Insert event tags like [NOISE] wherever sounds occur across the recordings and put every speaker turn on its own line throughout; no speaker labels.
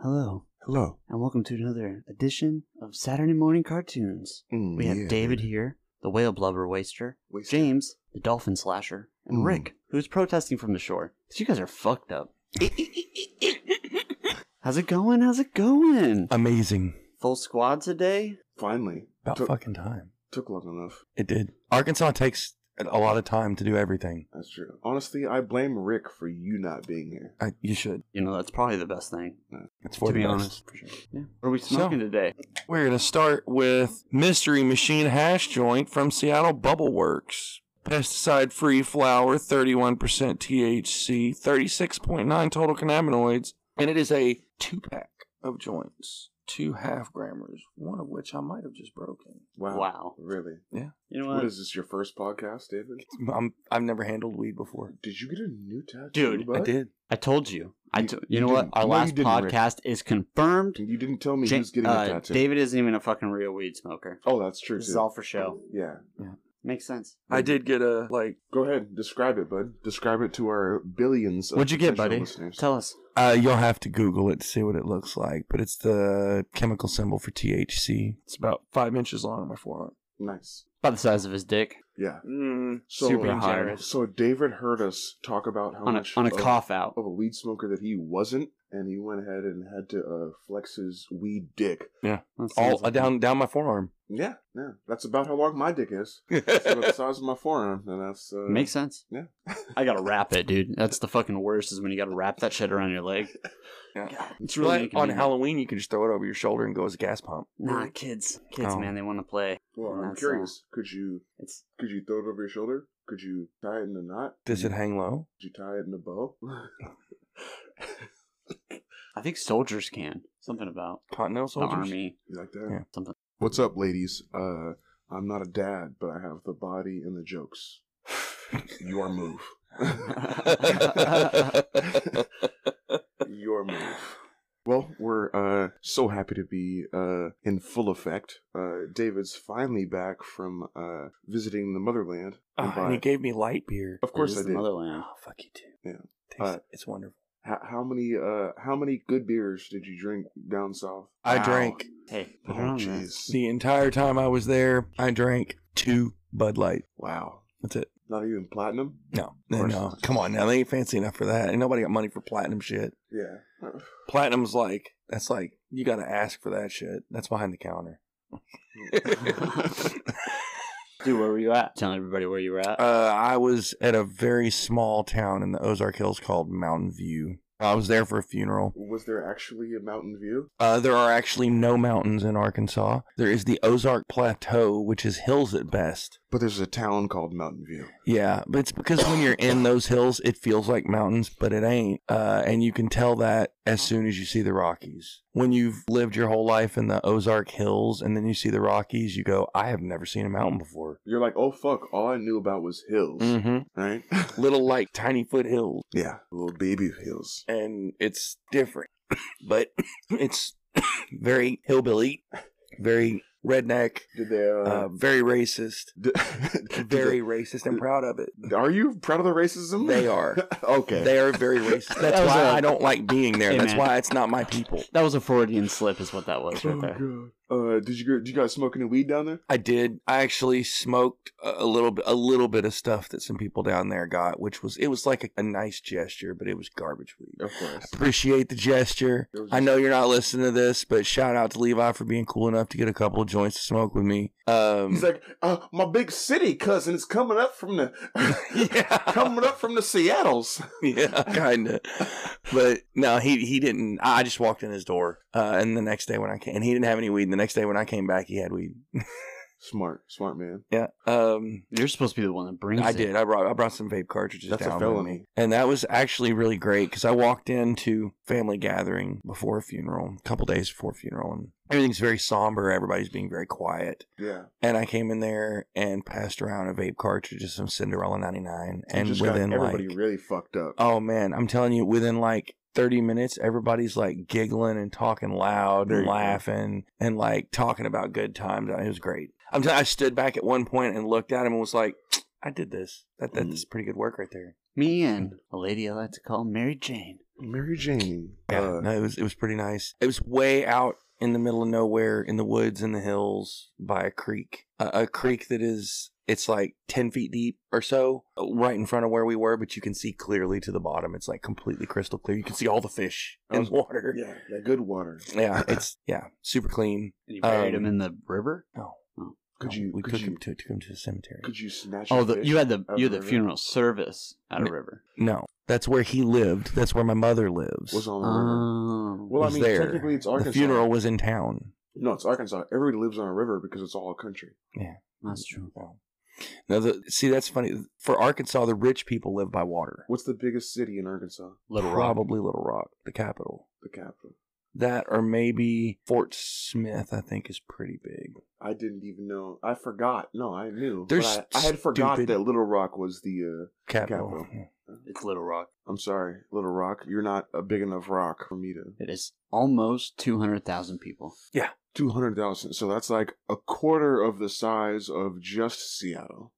Hello,
Hello.
and welcome to another edition of Saturday Morning Cartoons.
Mm,
We have
yeah.
David here, the whale blubber waster,
Waster.
James, the dolphin slasher, and
Mm.
Rick, who's protesting from the shore. 'Cause You guys are fucked up. How's it going? How's it
Uh,
going?
Amazing.
Full squad today?
Finally.
About
took,
fucking time.
took long enough.
It did. Arkansas takes a lot of time to do everything.
That's true. Honestly, I blame Rick for you not being here.
I, you should.
You know, that's probably the best thing,
It's for
to
the
be
best.
honest. For sure. Yeah. What are we smoking today?
We're gonna start with Mystery Machine Hash Joint from Seattle Bubble Works. Pesticide free flower, 31% THC, 36.9 total cannabinoids, and it is a two pack of joints, two half grammars, one of which I might have just broken.
Wow.
Wow.
Really?
You know what?
uh, What is this, your first podcast, David?
I'm, I've never handled weed before.
Did you get a new tattoo?
Dude, I
bud?
I did.
I told you. I
You-
to- you,
you
know what?
didn't.
Our
No, you
last
didn't, Rick.
podcast is confirmed.
You didn't tell me
Ja-
who's getting
uh,
a tattoo.
David isn't even a fucking real weed smoker.
Oh, that's true,
This
too.
is all for show.
yeah.
Makes sense.
I did get a, like,
Go ahead. Describe it, bud. Describe it to our billions of
What'd you get,
potential
buddy?
listeners.
Tell us.
Uh, you'll have to Google it to see what it looks like, but it's the chemical symbol for THC. It's about five inches long on my forearm.
nice.
About the size of his dick.
Yeah.
Mm.
So,
Super hot.
So David heard us talk about how
On a,
much
on a
of-
cough out.
of a weed smoker that he wasn't, and he went ahead and had to uh, flex his weed dick.
That sounds
All uh,
like-
down down my [LAUGHS] forearm.
Yeah, yeah, that's about how long my dick is. It's [LAUGHS] about the size of my forearm, and that's uh,
Makes sense.
[LAUGHS] Yeah.
I gotta wrap it, dude. That's the fucking worst is when you gotta wrap that shit around your
[LAUGHS]
leg.
Yeah.
It's
But
really
on
inconvenient.
Halloween, you can just throw it over your shoulder and go as a gas pump.
Nah, kids. Kids,
Oh.
man, they wanna play.
Well,
and
I'm
that's,
curious. Could you
It's
could you throw it over your shoulder? Could you tie it in a knot?
Does it hang low?
Could you tie it in a bow? [LAUGHS]
I think soldiers can. Something about
Continental soldiers.
the army.
you like that?
Yeah.
[LAUGHS]
Something. [LAUGHS]
What's up, ladies? Uh, I'm not a dad, but I have the body and the jokes.
[LAUGHS]
Your move. Your move. Well, we're uh, so happy to be uh, in full effect. Uh, David's finally back from uh, visiting the motherland.
Ah,
Goodbye.
and he gave me light beer.
of course,
It
I
is the
did.
Motherland.
Oh, fuck you too.
Yeah.
Tastes,
Uh,
it's wonderful.
How, how many uh, how many good beers did you drink down south?
I
Wow.
drank
Hey,
Oh,
put it on there.
jeez.
the entire time I was there. I drank two Bud Light.
Wow.
That's it.
Not even platinum?
No,
Of
no,
course
no.
not.
Come on now, they ain't fancy enough for that. And nobody got money for platinum shit.
Yeah. Uh,
Platinum's like that's like you got to ask for that shit. That's behind the counter.
[LAUGHS] Dude, where were you at? Telling everybody where you were at.
uh, I was at a very small town in the Ozark Hills called Mountain View. I was there for a funeral.
Was there actually a Mountain View?
Uh, there are actually no mountains in Arkansas. There is the Ozark Plateau, which is hills at best.
But there's a town called Mountain View.
Yeah, but it's because when you're in those hills, it feels like mountains, but it ain't. Uh, and you can tell that as soon as you see the Rockies. When you've lived your whole life in the Ozark Hills and then you see the Rockies, you go, I have never seen a mountain before.
You're like, oh fuck, all I knew about was hills,
Mm-hmm.
right?
Little, like, tiny foot hills.
[LAUGHS] yeah, little baby hills.
And it's different, [COUGHS] but it's [COUGHS] very hillbilly, very redneck,
Did they? Uh,
uh, very racist,
d- [LAUGHS] did
very racist and proud of it.
they- are you proud of the racism?
They are.
[LAUGHS] okay.
They are
[LAUGHS]
very racist. That's
That was
why
a-
I I don't like being there.
Hey,
That's
man.
why it's not my people.
That was a Freudian slip, is what that was right
[LAUGHS]
Oh,
there.
God. Uh, did you go- did you guys smoke any weed down there?
I did. I actually smoked a a little bit, a little bit of stuff that some people down there got, which was it was like a, a nice gesture, but it was garbage weed.
Of course.
Appreciate the gesture.
It was
I know you're not listening to this, but shout out to Levi for being cool enough to get a couple of joints to smoke with me. Um, [LAUGHS]
He's like, uh, my big city cousin is coming up from the, [LAUGHS]
yeah,
coming up from the Seattle's.
[LAUGHS] yeah, kinda. But no, he he didn't. I I just walked in his door, uh, and the next day when I came, and he didn't have any weed. And the next day when I came back, he had weed.
Smart, smart man.
Yeah. Um,
[LAUGHS] You're supposed to be the one that brings
I
it.
did. I brought I brought some vape cartridges.
That's a
down with
felony.
me. and that was actually really great because I walked into family gathering before a funeral, a couple days before funeral, and everything's very somber. Everybody's being very quiet,
Yeah.
and I came in there and passed around a vape cartridge of some Cinderella ninety nine,
You
and
just
within
got everybody
like
really fucked up.
oh man, I'm telling you, within like. 30 minutes, everybody's like giggling and talking loud
There you
and
go.
laughing and like talking about good times. It was great. I'm t- i am I stood back at one point and looked at him and was like,
Mm-hmm.
I did this. That, that's pretty good work right there.
Me and a lady I like to call Mary Jane.
Mary Jane.
Yeah,
uh,
no, it was it was pretty nice. It was way out in the middle of nowhere, in the woods, in the hills, by a creek, a, a creek that is it's like ten feet deep or so, right in front of where we were. But you can see clearly to the bottom. It's like completely crystal clear. You can see all the fish
I
in
was-
the water.
yeah, that good water.
Yeah.
[LAUGHS]
it's yeah, super clean.
And you buried
Um,
him in the river.
No,
Could
no,
you?
Oh, We
could
took
you?
him to took him to the cemetery.
could you snatch?
Oh,
a
the,
fish
you had the
out of
you had the
river?
funeral service at a
No.
river.
no, that's where he lived. That's where my mother lives.
Was on the river.
Oh,
Well, I
Um, was
mean,
there.
technically, it's Arkansas.
the funeral was in town.
No, it's Arkansas. Everybody lives on a river because it's all country.
that's true.
Well, Now, the, see, that's funny. For Arkansas, the rich people live by water.
What's the biggest city in Arkansas?
Little Rob.
Probably Little Rock, the capital.
The capital.
That or maybe Fort Smith, I think, is pretty big.
I didn't even know. I forgot. No, I knew.
They're
But I, I had forgot
stupid.
that Little Rock was the. Uh,
Capital.
Capital.
It's Little Rock.
I'm sorry, Little Rock. You're not a big enough rock for me to.
It is almost two hundred thousand people.
Two hundred thousand. So that's like a quarter of the size of just Seattle.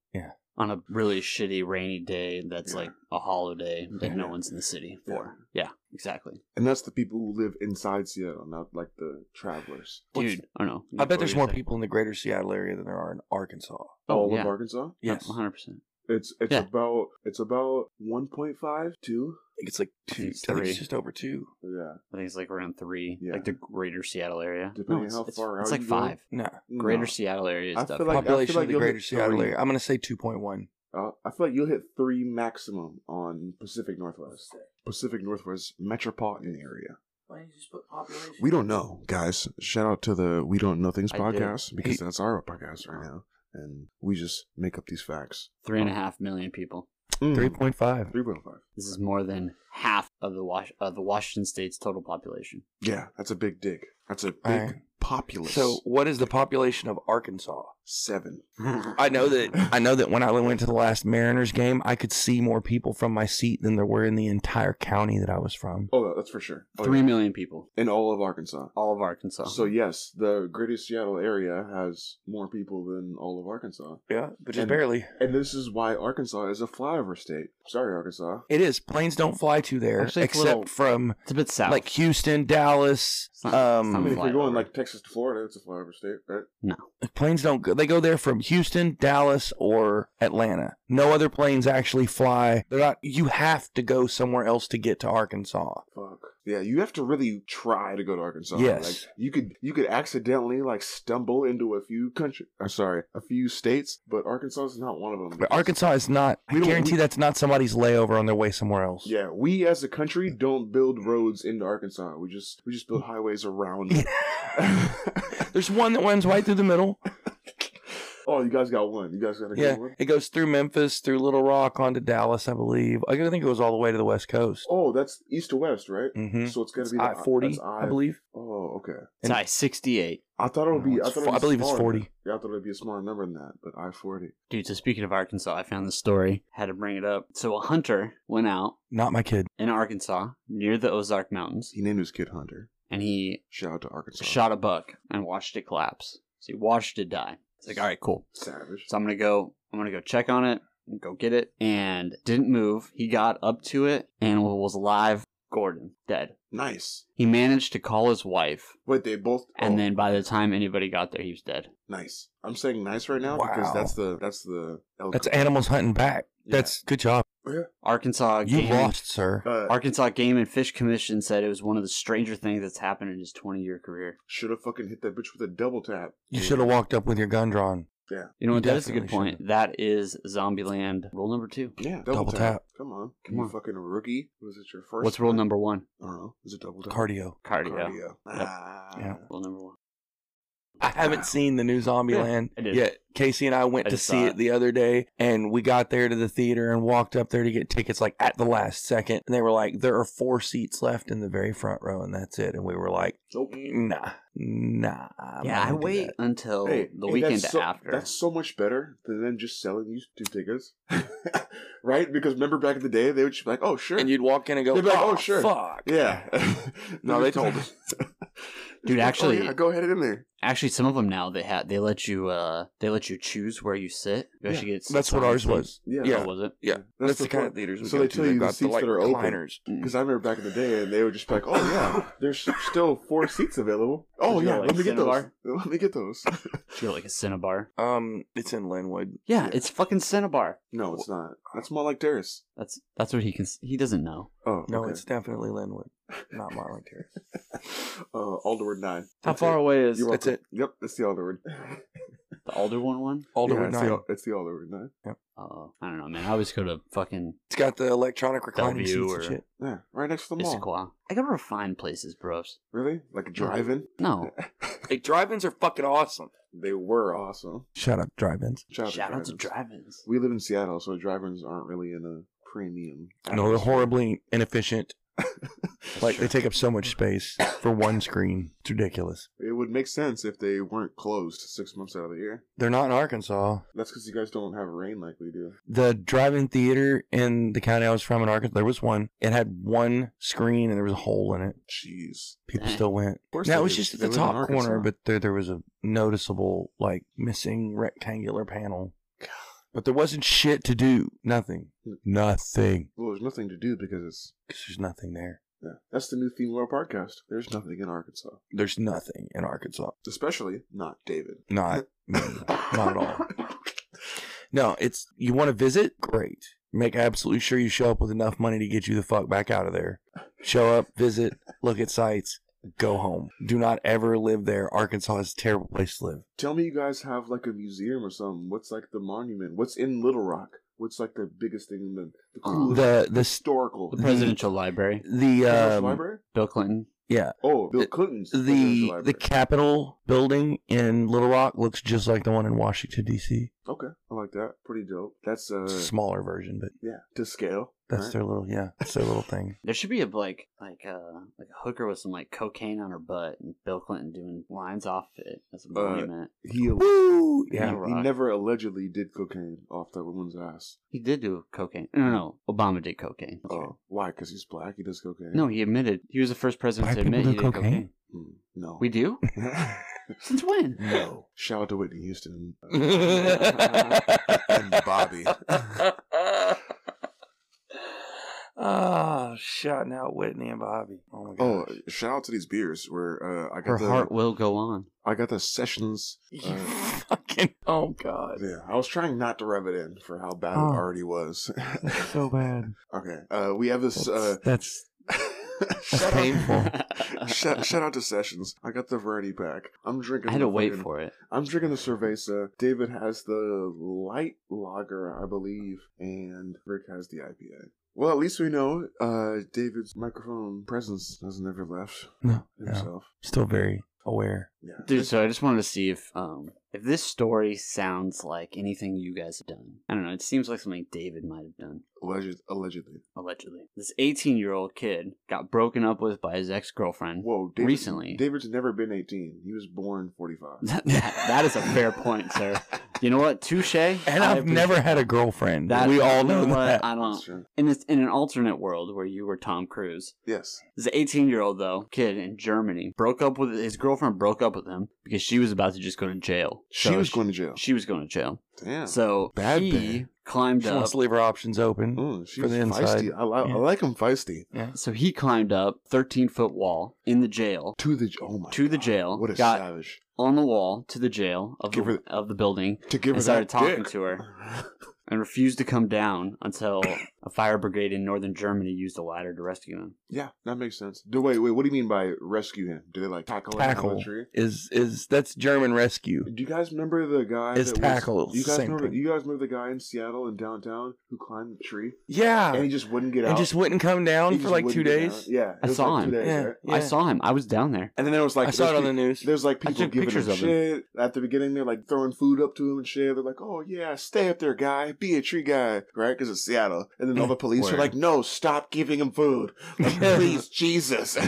on a really shitty rainy day that's
Yeah.
like a holiday that no
Yeah.
one's in the city
Yeah.
for. Yeah, exactly.
And that's the people who live inside Seattle, not like the travelers.
What's-
Dude, I don't know.
I bet there's more
What were you
people in the greater Seattle area than there are in Arkansas.
Oh,
All
yeah. uh-huh.
of Arkansas.
saying?
Yes.
One hundred percent.
It's it's
Yeah.
about it's about one point five two.
I think it's like two. I
it's
think
three.
it's just over two.
Yeah,
I think it's like around three,
Yeah.
like the greater Seattle area.
Depending
it's,
how
it's-
far
it's
out
like
you go.
five.
No.
Greater
No.
Seattle area is
I feel
definitely.
like- I
Population
like
of the
you'll hit
greater Seattle
three.
area. I'm going to say 2.1.
Uh, I feel like you'll hit three maximum on Pacific Northwest, Pacific Northwest metropolitan area.
Why did you just put population?
We don't know, guys. Shout out to the We Don't Know Things
I did.
podcast because
Hey.
that's our podcast right now, and we just make up these facts.
three and a half million people.
Mm,
3.5.
three point five.
This is more than half of the Wash of the Washington State's total population.
Yeah, that's a big dig. That's a big
Alright.
populace.
So, what is the population of Arkansas?
seven.
I know
[LAUGHS]
that I know that when I went to the last Mariners game, I could see more people from my seat than there were in the entire county that I was from.
Oh, that's for sure. Oh,
Three
yeah.
million people,
in all of Arkansas.
all of Arkansas.
So yes, the greater Seattle area has more people than all of Arkansas,
Yeah, but
just
barely.
and this is why Arkansas is a flyover state. Sorry, Arkansas.
It is. Planes don't fly to there
Actually, it's
except
a little
from
it's a bit south.
like Houston, Dallas.
It's not-
I mean,
um,
if you're going
flyover.
like Texas to Florida, it's a flyover state, right?
planes don't go. They go there from Houston, Dallas, or Atlanta. No other planes actually fly. They're not. You have to go somewhere else to get to Arkansas.
Fuck. Yeah, you have to really try to go to Arkansas.
Yes.
Like, you could you could accidentally like stumble into a few country. I'm sorry, a few states, but Arkansas is not one of them.
But Arkansas is not. I
We don't-
guarantee
we-
that's not somebody's layover on their way somewhere else.
Yeah, [LAUGHS] we as a country don't build roads into Arkansas. We just we just build highways around. it.
[LAUGHS] There's one that runs right through the middle.
[LAUGHS] oh, you guys got one. You guys got a
Yeah,
good one.
it goes through Memphis, through Little Rock, onto Dallas, I believe. I think it goes all the way to the West Coast.
Oh, that's east to west, right?
Mm-hmm.
So it's gonna
It's
be the-
I forty,
that's
I believe.
Oh, okay.
it's I sixty-eight.
I thought it would
No,
be. I,
it's
thought it
fo-
would be
I believe it's
smaller.
40.
Yeah, I thought it'd be a smaller number than that, but I forty.
Dude, so speaking of Arkansas, I found this story. Had to bring it up. So a hunter went out
Not my kid.
in Arkansas near the Ozark Mountains
He named his kid Hunter.
and he
Shout out to Arkansas.
shot a buck and watched it collapse. So he watched it die. It's like, all right, cool.
Savage.
So I'm gonna go. I'm gonna go check on it and go get it. And didn't move. He got up to it and was alive. Gordon dead.
Nice.
He managed to call his wife,
Wait, they both.
and
oh,
then by the time anybody got there, he was dead.
nice. I'm saying nice right now
Wow.
because that's the that's the elk.
That's animals hunting back.
Yeah.
That's good job.
Yeah.
Arkansas
You
game,
lost, sir.
Uh,
Arkansas Game and Fish Commission said it was one of the stranger things that's happened in his 20 year career.
should have fucking hit that bitch with a double tap.
You should have walked up with your gun drawn.
You know what?
You
That is a good
definitely
point. That is Zombieland rule number two.
Yeah, double,
Double
tap.
tap.
Come on,
Come
you
on.
fucking rookie. Was it your first?
What's rule
time?
number one?
I don't know. Is it double tap?
Cardio.
Cardio.
Ah.
Yeah.
Rule number one.
I haven't seen the new Zombieland
I did.
yet. Casey and I went
I
to
just
see
saw
it
it.
the other day, and we got there to the theater and walked up there to get tickets like at the last second. And they were like, "There are four seats left in the very front row, and that's it." And we were like,
Nope.
"Nah, nah." I'm
yeah,
not
I
gonna do
wait
that."
until
Hey,
Mm, the
hey,
weekend
that's so,
after.
That's so much better than them just selling you two tickets, [LAUGHS] right? Because remember back in the day, they would just be like, "Oh, sure,"
And you'd walk in and go,
They'd be like, [LAUGHS]
"Oh,
"Oh, sure."
fuck."
Yeah.
No, they told us.
Dude,
Oh,
actually-
yeah, go ahead in there.
Actually, some of them now they have they let you uh they let you choose where you sit. You
Yeah,
actually get
That's what ours was.
Yeah,
Yeah, Oh, was it?
Yeah, that's, the, kind
point.
of theaters. we
So
go
they
to.
tell
They've
you the
got
seats
like,
that are open.
recliners.
Because I remember back in the day, and they would just be like, "Oh yeah, there's still four seats available. Oh
Did you
yeah,
go, like,
let me get those.
Cinnabar?
[LAUGHS] Let me get those."
You get like a Cinnabar.
Um, it's in Linwood.
Yeah,
Yeah.
it's fucking Cinnabar.
No, it's not. That's more like Darius.
That's that's what he can. He doesn't know.
Oh
No,
okay.
it's definitely Linwood, not Marlin Terrace.
[LAUGHS] uh, Alderwood nine.
How
That's
far
It.
away is?
You're
That's it.
welcome. Yep, it's the Alderwood. [LAUGHS]
The Alderwood one.
yeah,
Alderwood
it's,
Nine.
The, it's the Alderwood nine.
Oh, I don't know, man. I always go to fucking
It's got the electronic recliner
Bellevue
seats
or-
and shit.
Yeah, right next to the mall.
Issaquah. I go to refined places, bros.
Really? Like a drive-in?
No,
Like drive-ins are fucking awesome.
They were awesome.
Shut up, drive-ins.
[LAUGHS] Shout,
shout out to
drive-ins.
drive-ins.
We live in Seattle, so drive-ins aren't really in a premium.
No, they're
atmosphere.
horribly [LAUGHS] inefficient. Like they take up so much space for one screen. It's ridiculous.
It would make sense if they weren't closed six months out of the year.
They're not in Arkansas.
That's because you guys don't have rain like we do.
the drive-in theater in the county I was from in Arkansas, there was one. It had one screen and there was a hole in it.
Jeez.
People
Dang.
still went.
course
Now
they
it was
do.
just at
They
the
live in
top
Arkansas.
corner, but there there was a noticeable like missing rectangular panel. But there wasn't shit to do. Nothing.
Hmm.
Nothing.
Well, there's nothing to do because it's.
'Cause there's nothing there.
Yeah. That's the new theme of our podcast. There's nothing in Arkansas,
There's nothing in Arkansas.
especially not David.
Not me. [LAUGHS] Not at all. No, it's you want to visit? Great. Make absolutely sure you show up with enough money to get you the fuck back out of there. Show up, visit, look at sites, go home. Do not ever live there. Arkansas is a terrible place to live.
[LAUGHS] Tell me you guys have like a museum or something. What's like the monument? What's in Little Rock? What's like the biggest thing? The, the coolest
The the
historical.
The presidential library.
the
Presidential
um,
library?
Bill Clinton.
yeah
Oh, Bill
the-
Clinton's presidential
the
library.
the Capitol building in Little Rock looks just like the one in Washington D.C.
Okay, I like that. Pretty dope. That's
It's a
uh,
smaller version, but
yeah, to scale.
that's
right?
their little yeah, that's their little thing.
There should be a like like uh like a hooker with some like cocaine on her butt and Bill Clinton doing lines off it as a
Uh,
monument.
he
Woo!
yeah.
Yeah,
Little
He
Rock.
never allegedly did cocaine off that woman's ass.
He did do cocaine.
Mm-hmm.
No, no, no. Obama did cocaine. That's right.
Oh, why? Because he's black. He does cocaine.
No, he admitted. He was the first president
Black
to admit
people
he
do
did cocaine.
cocaine?
Hmm, no.
[LAUGHS]
We do? Since when?
[LAUGHS] no. Shout out to Whitney Houston.
[LAUGHS] and
Bobby.
oh, shouting out Whitney and Bobby. Oh my
Oh,
god.
shout out to these beers. Where uh, I got
Her
the
heart will go on.
I got the sessions.
you
Uh,
fucking oh god.
yeah, I was trying not to rev it in for how bad
Oh.
it already was.
That's so bad.
[LAUGHS] okay, uh, we have this.
That's,
Uh,
that's
shout out- [LAUGHS]
[LAUGHS]
painful.
shout, shout out to Sessions. I got the variety pack. I'm drinking.
I had to
the
wait
fucking-
for it.
I'm drinking the cerveza. David has the light lager, I believe, and Rick has the IPA. Well, at least we know uh, David's microphone presence hasn't ever left
no, no.
himself.
Still very aware.
Yeah,
Dude, so I just wanted to see if um if this story sounds like anything you guys have done. I don't know, it seems like something David might have done.
Alleged, allegedly.
Allegedly. This 18 year old kid got broken up with by his ex girlfriend.
[LAUGHS]
Whoa, David,
Recently.
David's never been 18. He was born 45.
That, that- [LAUGHS] that is a fair point, sir. You know what? Touche. And
And I've never had a girlfriend.
That,
we all
you
know
what?
that.
I
[LAUGHS] That's
don't.
true.
In, this, in an alternate world where you were Tom Cruise,
Yes.
This 18 year old though kid in Germany broke up with his girlfriend. Broke up with him because she was about to just go to jail.
She
So
was going to jail.
She was going to jail.
Damn.
So
Bad
he
bear.
climbed
She
up.
wants to leave her options open.
Mm, she
For
was
the inside.
feisty. I, li- I
Yeah.
like him feisty.
So he climbed up 13 foot wall in the jail.
To the oh my
To the
God.
jail.
What a
Got-
savage.
On the wall to the jail of the,
Give her-
of the building
To give her
I started
that
talking
dick.
to her. and refused to come down until a fire brigade in northern Germany used a ladder to rescue him.
[LAUGHS] Yeah, that makes sense. Do wait, wait. What do you mean by rescue him? Did they like tackle, him out of the
Tackle
tree?
is is that's German rescue.
Do you guys remember the guy?
It's
that
tackle,
Was, you guys
same
remember?
thing.
You guys remember the guy in Seattle and downtown who climbed the tree
Yeah.
and he just wouldn't get out.
Uh, and just wouldn't come
He
down
just
for like
wouldn't
two
get
days.
out. Yeah, it
I
was
saw
like
him.
Two days,
Yeah,
right?
yeah.
I saw him. I was down there.
And then there was like
I saw it
there's
on the
pe-
news.
There's like people
took
giving
pictures
him
of him.
shit at the beginning. They're like throwing food up to him and shit. They're like, "Oh yeah, stay up there, guy. Be a tree guy, right?" Because it's Seattle. And and then all the police are
Word.
like, "No, stop giving him food,
[LAUGHS]
like, please, Jesus, [LAUGHS]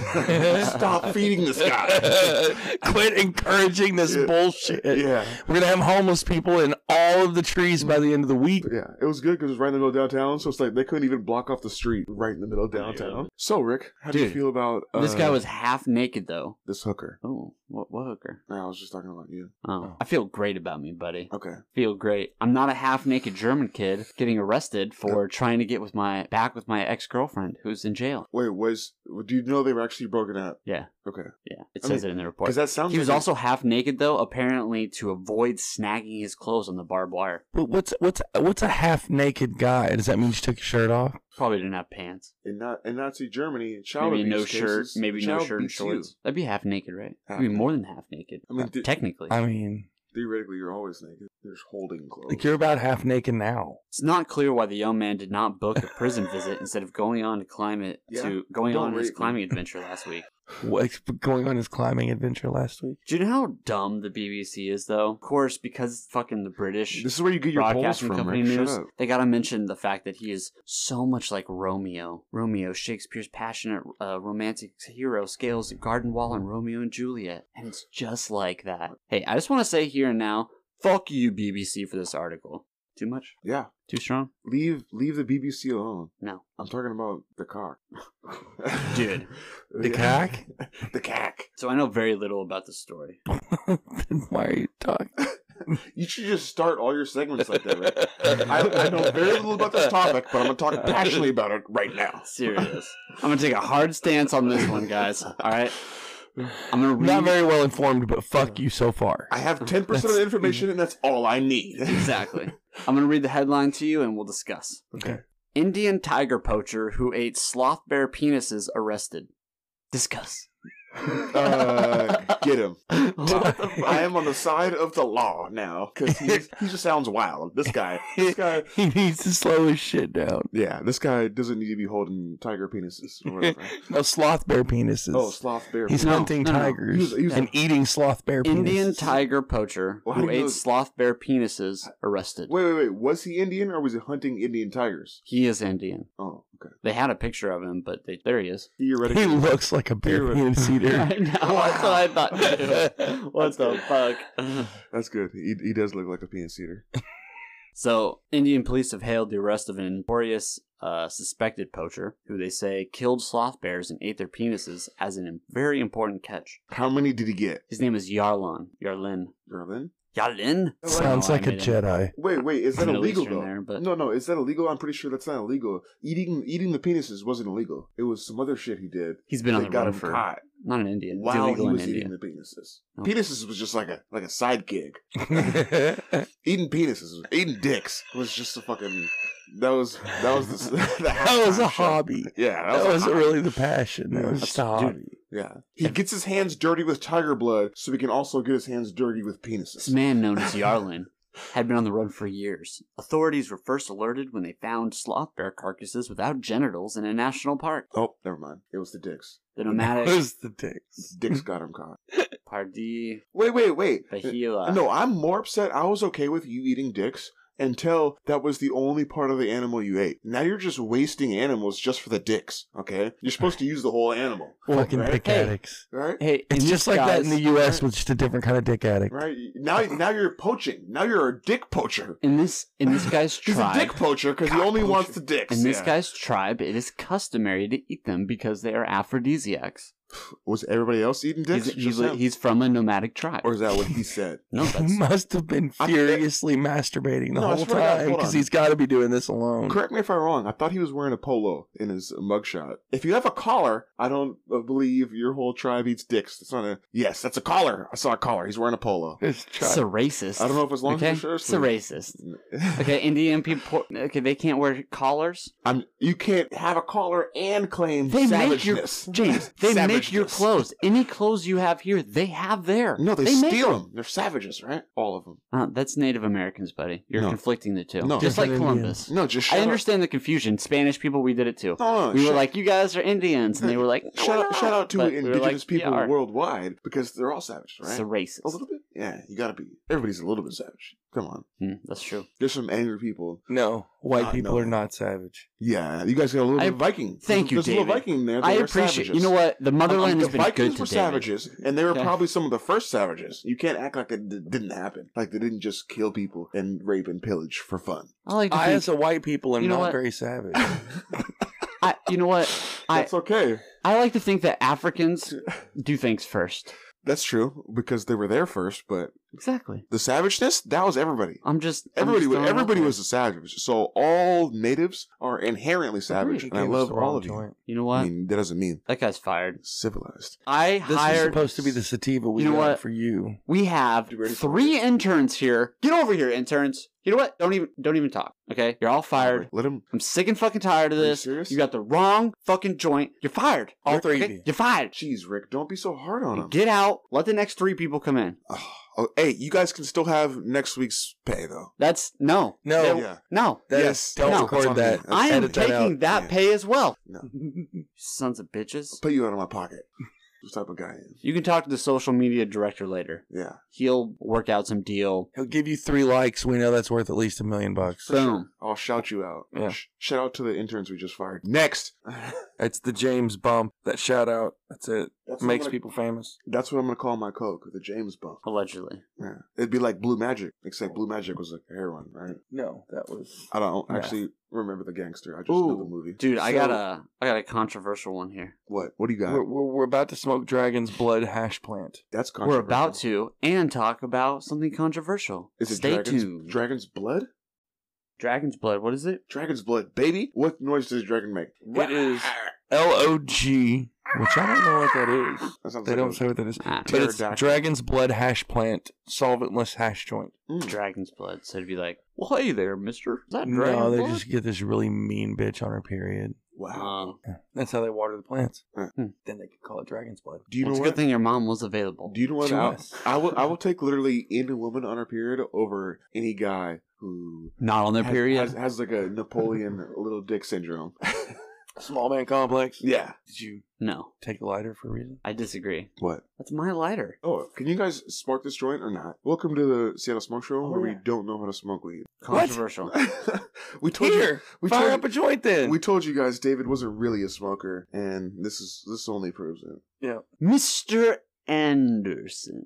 stop feeding this guy."
[LAUGHS]
[LAUGHS] Quit encouraging this
Yeah.
bullshit.
yeah,
We're gonna have homeless people in all of the trees by the end of the week.
yeah, it was good because it was right in the middle of downtown, so it's like they couldn't even block off the street right in the middle of downtown. So, Rick, how do you
Dude,
feel about uh,
this guy was half naked though.
this hooker?
Oh, what, what hooker?
No, I was just talking about you.
Oh, I feel great about me, buddy.
Okay,
Feel great. I'm not a half naked German kid getting arrested for trying to get with my back with my ex girlfriend who's in jail.
wait, was do you know they were actually broken up?
Yeah.
Okay,
Yeah, it
I
says
mean,
it in the report.
because that sounds.
He was
like-
also half naked though, apparently to avoid snagging his clothes on the barbed wire.
But what's what's what's a half naked guy? Does that mean she took your shirt off?
Probably didn't have pants.
in, Na- in Nazi Germany. Child
Maybe
abuse
no shirt.
cases,
Maybe no
child
shirt and
beats you.
shorts. That'd be half naked, right?
Half
Maybe
naked.
more than half naked.
I mean,
Uh,
dude-
technically,
I mean,
Theoretically, you're always naked. There's holding clothes.
like you're about half naked now.
it's not clear why the young man did not book a prison
[LAUGHS]
visit instead of going on to climb it
Yeah,
to going
don't
on his
rape me.
climbing adventure last week.
What's going on his climbing adventure last week? [LAUGHS]
Do you know how dumb the BBC is, though? Of course, because fucking the British
This is where you get your polls
broadcasting
from,
company
Rick. Shut
news,
up.
they gotta mention the fact that he is so much like Romeo. Romeo, Shakespeare's passionate uh, romantic hero, scales the garden wall in Romeo and Juliet, and it's just like that. Hey, I just want to say here and now, fuck you, BBC, for this article. Too much?
Yeah,
Too strong?
leave leave the BBC alone.
No.
I'm talking about the cock, [LAUGHS]
Dude.
The cack?
the cack.
So I know very little about this story.
Then Why are you talking?
You should just start all your segments like
[LAUGHS]
that. Rick. [LAUGHS] I, I know very little about this topic, but I'm gonna talk passionately about it right now.
Serious. I'm gonna take a hard stance on this one, guys. All right. I'm gonna read.
Not very well informed, but fuck you so far.
I have ten percent of the information, and that's all I need.
Exactly. [LAUGHS] I'm going to read the headline to you and we'll discuss.
Okay.
Indian tiger poacher who ate sloth bear penises arrested. Discuss.
[LAUGHS] Uh, get him.
[LAUGHS]
I
I
am on the side of the law now because he just sounds wild. This guy. This guy.
he needs to slow his shit down.
Yeah, this guy doesn't need to be holding tiger penises or
[LAUGHS]
whatever.
No sloth bear penises.
oh, sloth bear.
He's
No,
hunting
no, no.
tigers
He was- he was-
and eating sloth bear penises.
Indian tiger poacher
Well, how
who
do you
ate
know-
sloth bear penises arrested.
Wait, wait, wait. Was he Indian or was he hunting Indian tigers?
He is Indian.
Oh, okay.
They had a picture of him, but they, there he is.
He
Theoretically.
looks like a bear
Dude.
penis
[LAUGHS]
eater.
[LAUGHS]
I know. That's [LAUGHS] what I thought. [LAUGHS] too. what the fuck?
[LAUGHS] That's good. He, he does look like a penis eater.
So, Indian police have hailed the arrest of an notorious uh, suspected poacher who they say killed sloth bears and ate their penises as a very important catch.
How many did he get?
His name is Yarlan. Yarlin.
Merlin?
Yarlin?
I
Sounds
Oh, I
like a
made him-
Jedi.
Wait, wait. Is that
Middle
illegal
Eastern
though?
there, but-
No, no. Is that illegal? I'm pretty sure that's not illegal. Eating eating the penises wasn't illegal. It was some other shit he did.
He's been on
that
the
got
run
him
for
caught
not an Indian. It's
while he
illegal in
was
India.
eating the penises.
Oh.
Penises was just like a like a side gig. [LAUGHS] eating penises, eating dicks was just a fucking. That was that was the, [LAUGHS] the
[LAUGHS] that was a
halftime show.
hobby.
Yeah,
That wasn't
a-
really the passion. That was just a
Dude,
hobby.
Yeah, he gets his hands dirty with tiger blood, so he can also get his hands dirty with
This
penises.
man, known as Yarlin, had been on the run for years. Authorities were first alerted when they found sloth bear carcasses without genitals in a national park.
Oh, never mind. It was the dicks. [LAUGHS]
The
That
nomadic
was the dicks. [LAUGHS]
Dicks got him caught.
Pardee
Wait, wait, wait. Uh,
Bahila.
No, I'm more upset. I was okay with you eating dicks until that was the only part of the animal you ate. Now you're just wasting animals just for the dicks. Okay, you're supposed to use the whole animal,
Fucking
right?
dick
Hey.
addicts.
right?
Hey,
It's
and
just
this
like that in
guy's-
the U.S. with just a different kind of dick addict.
Right now, now you're poaching. Now you're a dick poacher.
in this in
[LAUGHS]
this guy's
He's
tribe.
a dick poacher because he
Cock
only
poacher.
wants the dicks.
In this
Yeah.
guy's tribe, it is customary to eat them because they are aphrodisiacs.
was everybody else eating dicks?
He's,
Just
he's,
him?
he's from a nomadic tribe.
or is that what
[LAUGHS]
he said?
[LAUGHS]
no,
He
that's
must have been
I-
furiously masturbating the
No, I
whole
swear to God,
time
hold
because
on.
he's got to be doing this alone.
Correct me if I'm wrong. I thought he was wearing a polo in his mugshot. If you have a collar, I don't uh, believe your whole tribe eats dicks. That's not a yes. That's a collar. I saw a collar. He's wearing a polo.
Just try-
it's a racist.
I don't know if it's long
okay?
as your
It's a racist. Okay, Indian people. Okay, they can't wear collars.
[LAUGHS] I'm, you can't have a collar and claim
They make your
savageness.
James.
[LAUGHS]
They make your
Savageness.
clothes. Any clothes you have here, they have there.
No, they,
make
steal them. They're savages, right? All of them.
Uh, that's Native Americans, buddy. You're
No.
conflicting the two.
No.
Just like
Different
Columbus.
No, just shut
I
up.
understand the confusion. Spanish people, we did it too.
No, no,
we were
shut-
like, you guys are Indians. And they were like, "No,
shout
we're
out,
not."
shout out to
But we were
indigenous
like, "We
people
are."
worldwide because they're all savage, right?
It's a racist.
A little bit, yeah. You gotta be. Everybody's a little bit savage. Come on.
Hmm, that's true.
There's some angry people.
No, white
Ah,
people
no.
are not savage.
Yeah, you guys got a little
I-
bit of Viking.
thank you,
There's a little
David.
Viking there.
I
They were
appreciate.
savages.
You know what? The motherland
Um,
has
the
been
Vikings
good to
were
David.
savages, and they were
Yeah.
probably some of the first savages. You can't act like it d- didn't happen. Like they didn't just kill people and rape and pillage for fun. [LAUGHS]
I like to
I,
think-
as a white people, am
You know
not
what?
very
[COUGHS]
savage.
I, you know what? I-
That's okay.
I like to think that
[LAUGHS]
Africans do things first.
That's true because they were there first, but
Exactly.
the savageness that was everybody.
I'm just I'm
Everybody,
just
was,
throwing it out
everybody
there.
was a savage. So all natives are inherently savage,
Agreed.
and I
Gave us
love
the wrong
all of you.
joint.
You know what?
I mean, that doesn't mean
that guy's fired.
civilized.
I
This is
hired.
supposed to be the sativa we
You know
got
what?
for you.
we have
You ready for
three interns here. Get over here, interns. You know what? Don't even don't even talk. Okay, you're all fired.
Let him.
I'm sick and fucking tired of
Are you
this.
serious?
You got the wrong fucking joint. You're fired.
All
You're-
three of
okay?
you.
You're fired.
Jeez, Rick, don't be so hard on him.
Get out. Let the next three people come in.
Oh, hey, you guys can still have next week's pay though.
That's no,
No,
There- no.
that is-
Yes.
don't
No.
record that.
That's
I am
edit that
taking
out.
that
Yeah.
pay as well.
No.
[LAUGHS] Sons of bitches.
Put you out of my pocket. This type of guy. I am.
You can talk to the social media director later.
Yeah.
He'll work out some deal.
He'll give you three likes. We know that's worth at least a million bucks.
Boom.
I'll shout you out.
Yeah.
Sh- shout out to the interns we just fired. Next. [LAUGHS] That's
It's the James bump. That shout out. That's it. Makes
what I'm gonna-
people famous.
That's what I'm gonna call my coke, the James bump.
Allegedly.
Yeah. It'd be like Blue Magic, except Blue Magic was like heroin, right?
No, that was.
I don't
No.
actually remember the gangster. I just
Ooh.
know the movie.
Dude, I
So-
got a I got a controversial one here.
What? What do you got?
We're, we're, we're about to smoke Dragon's Blood hash plant.
That's
We're
controversial.
about to and talk about something controversial.
Is it
Stay
dragon's,
tuned.
dragon's blood?
Dragon's blood. What is it?
Dragon's blood, baby. What noise does a dragon make?
It is L O G, which I don't know what that is.
That sounds
They
like
don't
a-
say what that is.
Ah,
But it's
Pterodactyl.
Dragon's Blood hash plant, solventless hash joint.
Mm.
dragon's blood. So it'd be like, well, hey there, Mister. Is that dragon
No, they
blood?
just get this really mean bitch on her period.
Wow.
Um,
That's how they water the plants.
Huh.
Hmm.
Then they could call it Dragon's Blood.
Do you
well, it's
know
a
what?
good thing your mom was available.
Do you know what?
To
I,
us.
I will. I will take literally any woman on her period over any guy who
Not on their
has,
period.
has, has like a Napoleon little dick syndrome. [LAUGHS]
Small man complex.
yeah.
Did you
no,
take the lighter for a reason?
I disagree.
What?
That's my lighter.
Oh, can you guys spark this joint or not? Welcome to the Seattle Smoke Show,
Oh,
where we
yeah.
don't know how to smoke weed. [LAUGHS]
What?
Controversial.
we told you.
Here,
we
fire
told
up a joint then.
We told you guys David wasn't really a smoker, and this is this only proves it.
yeah.
Mr. Anderson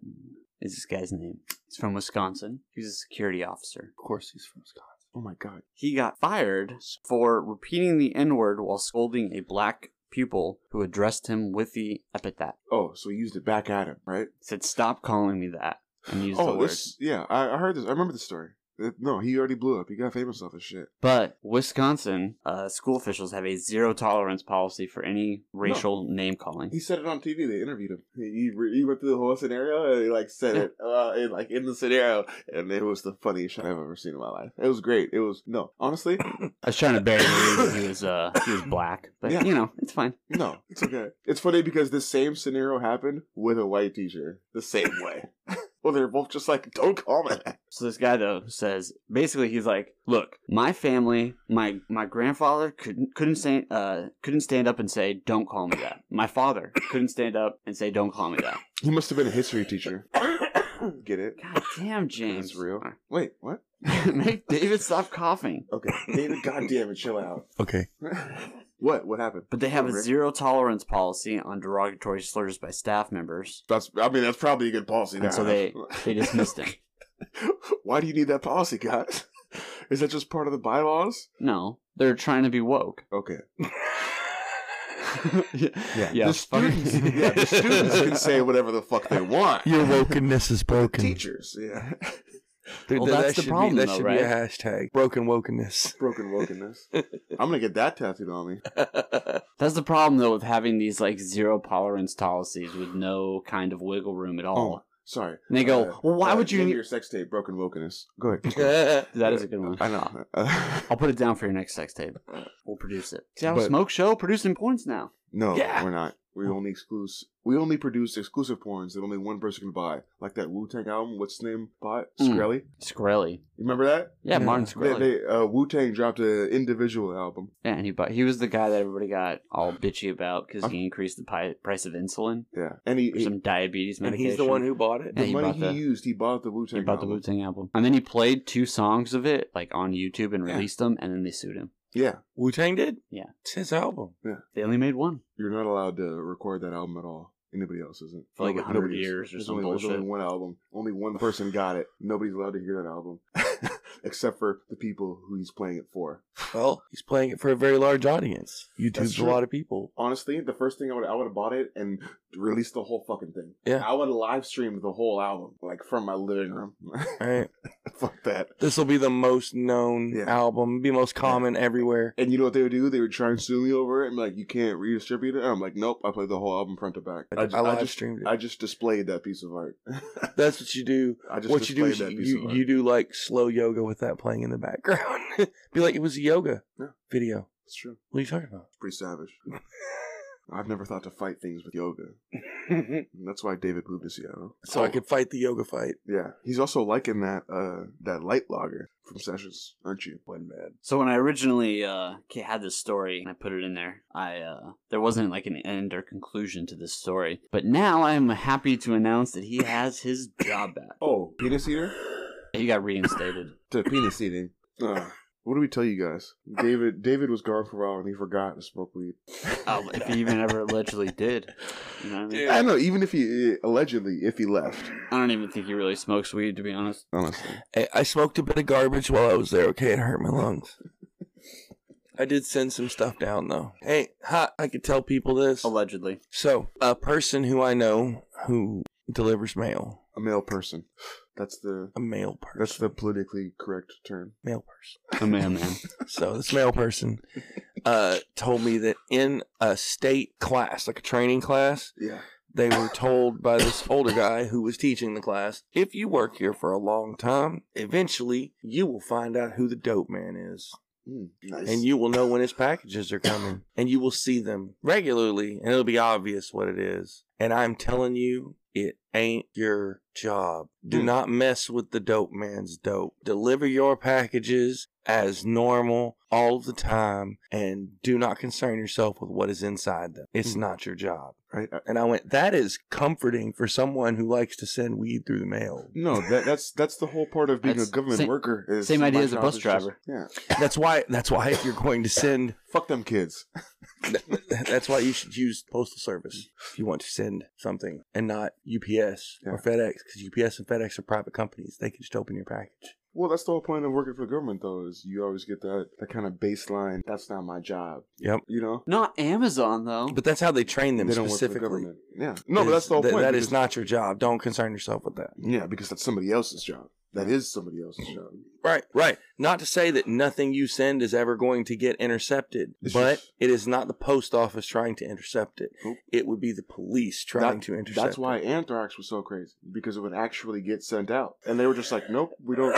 is this guy's name. He's from Wisconsin. He's a security officer.
Of course, he's from Scotland.
Oh my god!
He got fired for repeating the N word while scolding a black pupil who addressed him with the epithet.
Oh, so he used it back at him, right?
He said, Stop calling me that. And used the
oh,
word.
this. Yeah, I, I heard this. I remember the story. Uh, No, he already blew up. He got famous off his shit.
But Wisconsin uh, school officials have a zero tolerance policy for any racial name calling.
He said it on TV. They interviewed him. He, he, he went through the whole scenario and he like
[LAUGHS]
said it uh, in, like in the scenario, and it was the funniest shit I've ever seen in my life. It was great. It was no, honestly,
I was trying to bury the lead that he was uh, he was black, but
Yeah.
you know it's fine.
no, it's okay. It's funny because the same scenario happened with a white teacher the same way. well, they're both just like, don't call me that.
So this guy though says basically he's like, look, my family, my my grandfather couldn't couldn't say uh couldn't stand up and say don't call me that. My father couldn't stand up and say don't call me that.
He must have been a history teacher. [COUGHS] Get it?
[LAUGHS] God damn, James,
That's real. Wait, what?
[LAUGHS] Make David stop coughing.
Okay, David, goddamn it, chill out.
Okay.
[LAUGHS] what? What happened?
But they have a
Rick.
zero tolerance policy on derogatory slurs by staff members.
That's. I mean, that's probably a good policy.
And
now.
so they- [LAUGHS] They dismissed him.
[LAUGHS] Why do you need that policy, guys? [LAUGHS] Is that just part of the bylaws?
No, they're trying to be woke.
Okay.
yeah,
The students, yeah, the students can say whatever the fuck they want.
Your wokenness is broken.
Teachers, yeah.
Dude,
Well,
that-
that's
that
the
should
problem,
Be, that
though,
should
right?
be a hashtag. Broken wokenness.
Broken wokenness.
[LAUGHS]
I'm gonna get that tattooed on me.
That's the problem though with having these like zero tolerance policies with no kind of wiggle room at all.
Oh, sorry.
and they go,
Uh,
well, why
uh,
would you?
name
need-"
your sex tape? Broken wokenness. Go ahead.
[LAUGHS] That is a good one.
I know. [LAUGHS] Uh,
I'll put it down for your next sex tape. We'll produce it. See how
But-
smoke show producing points now.
no,
Yeah.
we're not. We only exclus we only produce exclusive porns that only one person can buy. Like that Wu Tang album, what's his name? Bought
Mm.
Skrelly.
Skrelly.
You remember that?
Yeah,
Yeah.
Martin
They,
Skrelly.
they uh, Wu Tang dropped an individual album.
yeah, and he, bought, he was the guy that everybody got all bitchy about because he increased the pi- price of insulin
Yeah, and he,
for some diabetes
[LAUGHS] And
medication.
he's the one who bought it.
Yeah,
the
he
money
bought
he
the-
used, he bought the Wu Tang.
He bought the Wu Tang album, and then he played two songs of it, like on YouTube, and
Yeah.
released them, and then they sued him.
Yeah,
Wu Tang did?
Yeah.
It's his album.
They only made one.
you're not allowed to record that album at all. Anybody else isn't.
For like
Nobody-
100
nobody is.
years or
There's
some
only, there's only
bullshit.
one album. Only one
[LAUGHS]
person got it. Nobody's allowed to hear that album, except for the people who he's playing it for.
Well, he's playing it for a very large audience. YouTube's a
true.
lot of people.
Honestly, the first thing I would I would have bought it and released the whole fucking thing.
Yeah.
I would have live streamed the whole album like from my living room.
[LAUGHS]
[LAUGHS]
All right.
Fuck that.
This will be the most known
Yeah.
album, be most common everywhere.
And you know what they would do? They would try and sue me over it and be like, you can't redistribute it. And I'm like, nope, I played the whole album front to back.
I,
I, ju-
I
I
live
just
streamed it.
I just displayed that piece of art. [LAUGHS]
That's what you do.
I just
What you do
displayed
is
that piece of
you,
art.
you do like slow yoga with that playing in the background. [LAUGHS] be like, it was a yoga
Yeah.
video.
It's true.
What are you talking about?
It's pretty savage. I've never thought to fight things with [LAUGHS] yoga. And that's why David moved to Seattle.
so I
Oh,
could fight the yoga fight.
Yeah, he's also liking that uh that light logger from Sessions, aren't you? One man.
So when I originally uh, ca- had this story and I put it in there, I uh, there wasn't like an end or conclusion to this story. But now I am happy to announce that he has his job back.
Oh, penis eater.
He got reinstated.
to penis eating. Ugh. Uh, what do we tell you guys? David David was gone for a while and he forgot to smoke [LAUGHS] weed.
[LAUGHS] Oh, if he even ever allegedly did, you know what I mean?
Dude.
I don't know. Even if he allegedly, if he left,
I don't even think he really smokes weed, to be honest.
honestly,
I, I smoked a bit of garbage while I was there. Okay, it hurt my lungs. I did send some stuff down though. Hey, ha, I could tell people this.
Oh,
Allegedly,
So, a person who I know who delivers mail,
a male person. That's the
a male person,
that's the politically correct term.
male person.
a man, man.
So, this male person uh, told me that in a state class, like a training class,
Yeah.
they were told by this older guy who was teaching the class if you work here for a long time, eventually you will find out who the dope man is.
Mm, nice.
and you will know when his packages are
[CLEARS THROAT]
coming and you will see them regularly and it'll be obvious what it is and i'm telling you it ain't your job do
Hmm.
not mess with the dope man's dope deliver your packages as normal all the time and do not concern yourself with what is inside them it's
Hmm.
not your job
right? I-
and i went that is comforting for someone who likes to send weed through the
[LAUGHS]
mail
no, that, that's that's the whole part of being
That's
a government
same-
worker. Is
same idea
my
as a
job
bus
is
driver.
Just, yeah.
that's why that's why if you're going to send
Fuck them kids. [LAUGHS]
[LAUGHS] That's why you should use postal service if you want to send something and not UPS or FedEx because UPS and FedEx are private companies. They can just open your package.
Well, that's the whole point of working for the government, though, is you always get that, that kind of baseline. That's not my job.
Yep.
You know?
[LAUGHS] Not Amazon though.
But that's how they train them
they don't work for the
specifically.
government. Yeah. No, but
Is
that's the whole
that-
point.
That
because-
is not your job. Don't concern yourself with that.
Yeah, because that's somebody else's job. That is somebody else's job.
Right, right. Not to say that nothing you send is ever going to get intercepted,
It's
but
just-
it is not the post office trying to intercept it.
Nope.
It would be the police trying
That-
to intercept
That's why
it.
anthrax was so crazy because it would actually get sent out, and they were just like, "Nope,
[COUGHS]
we don't,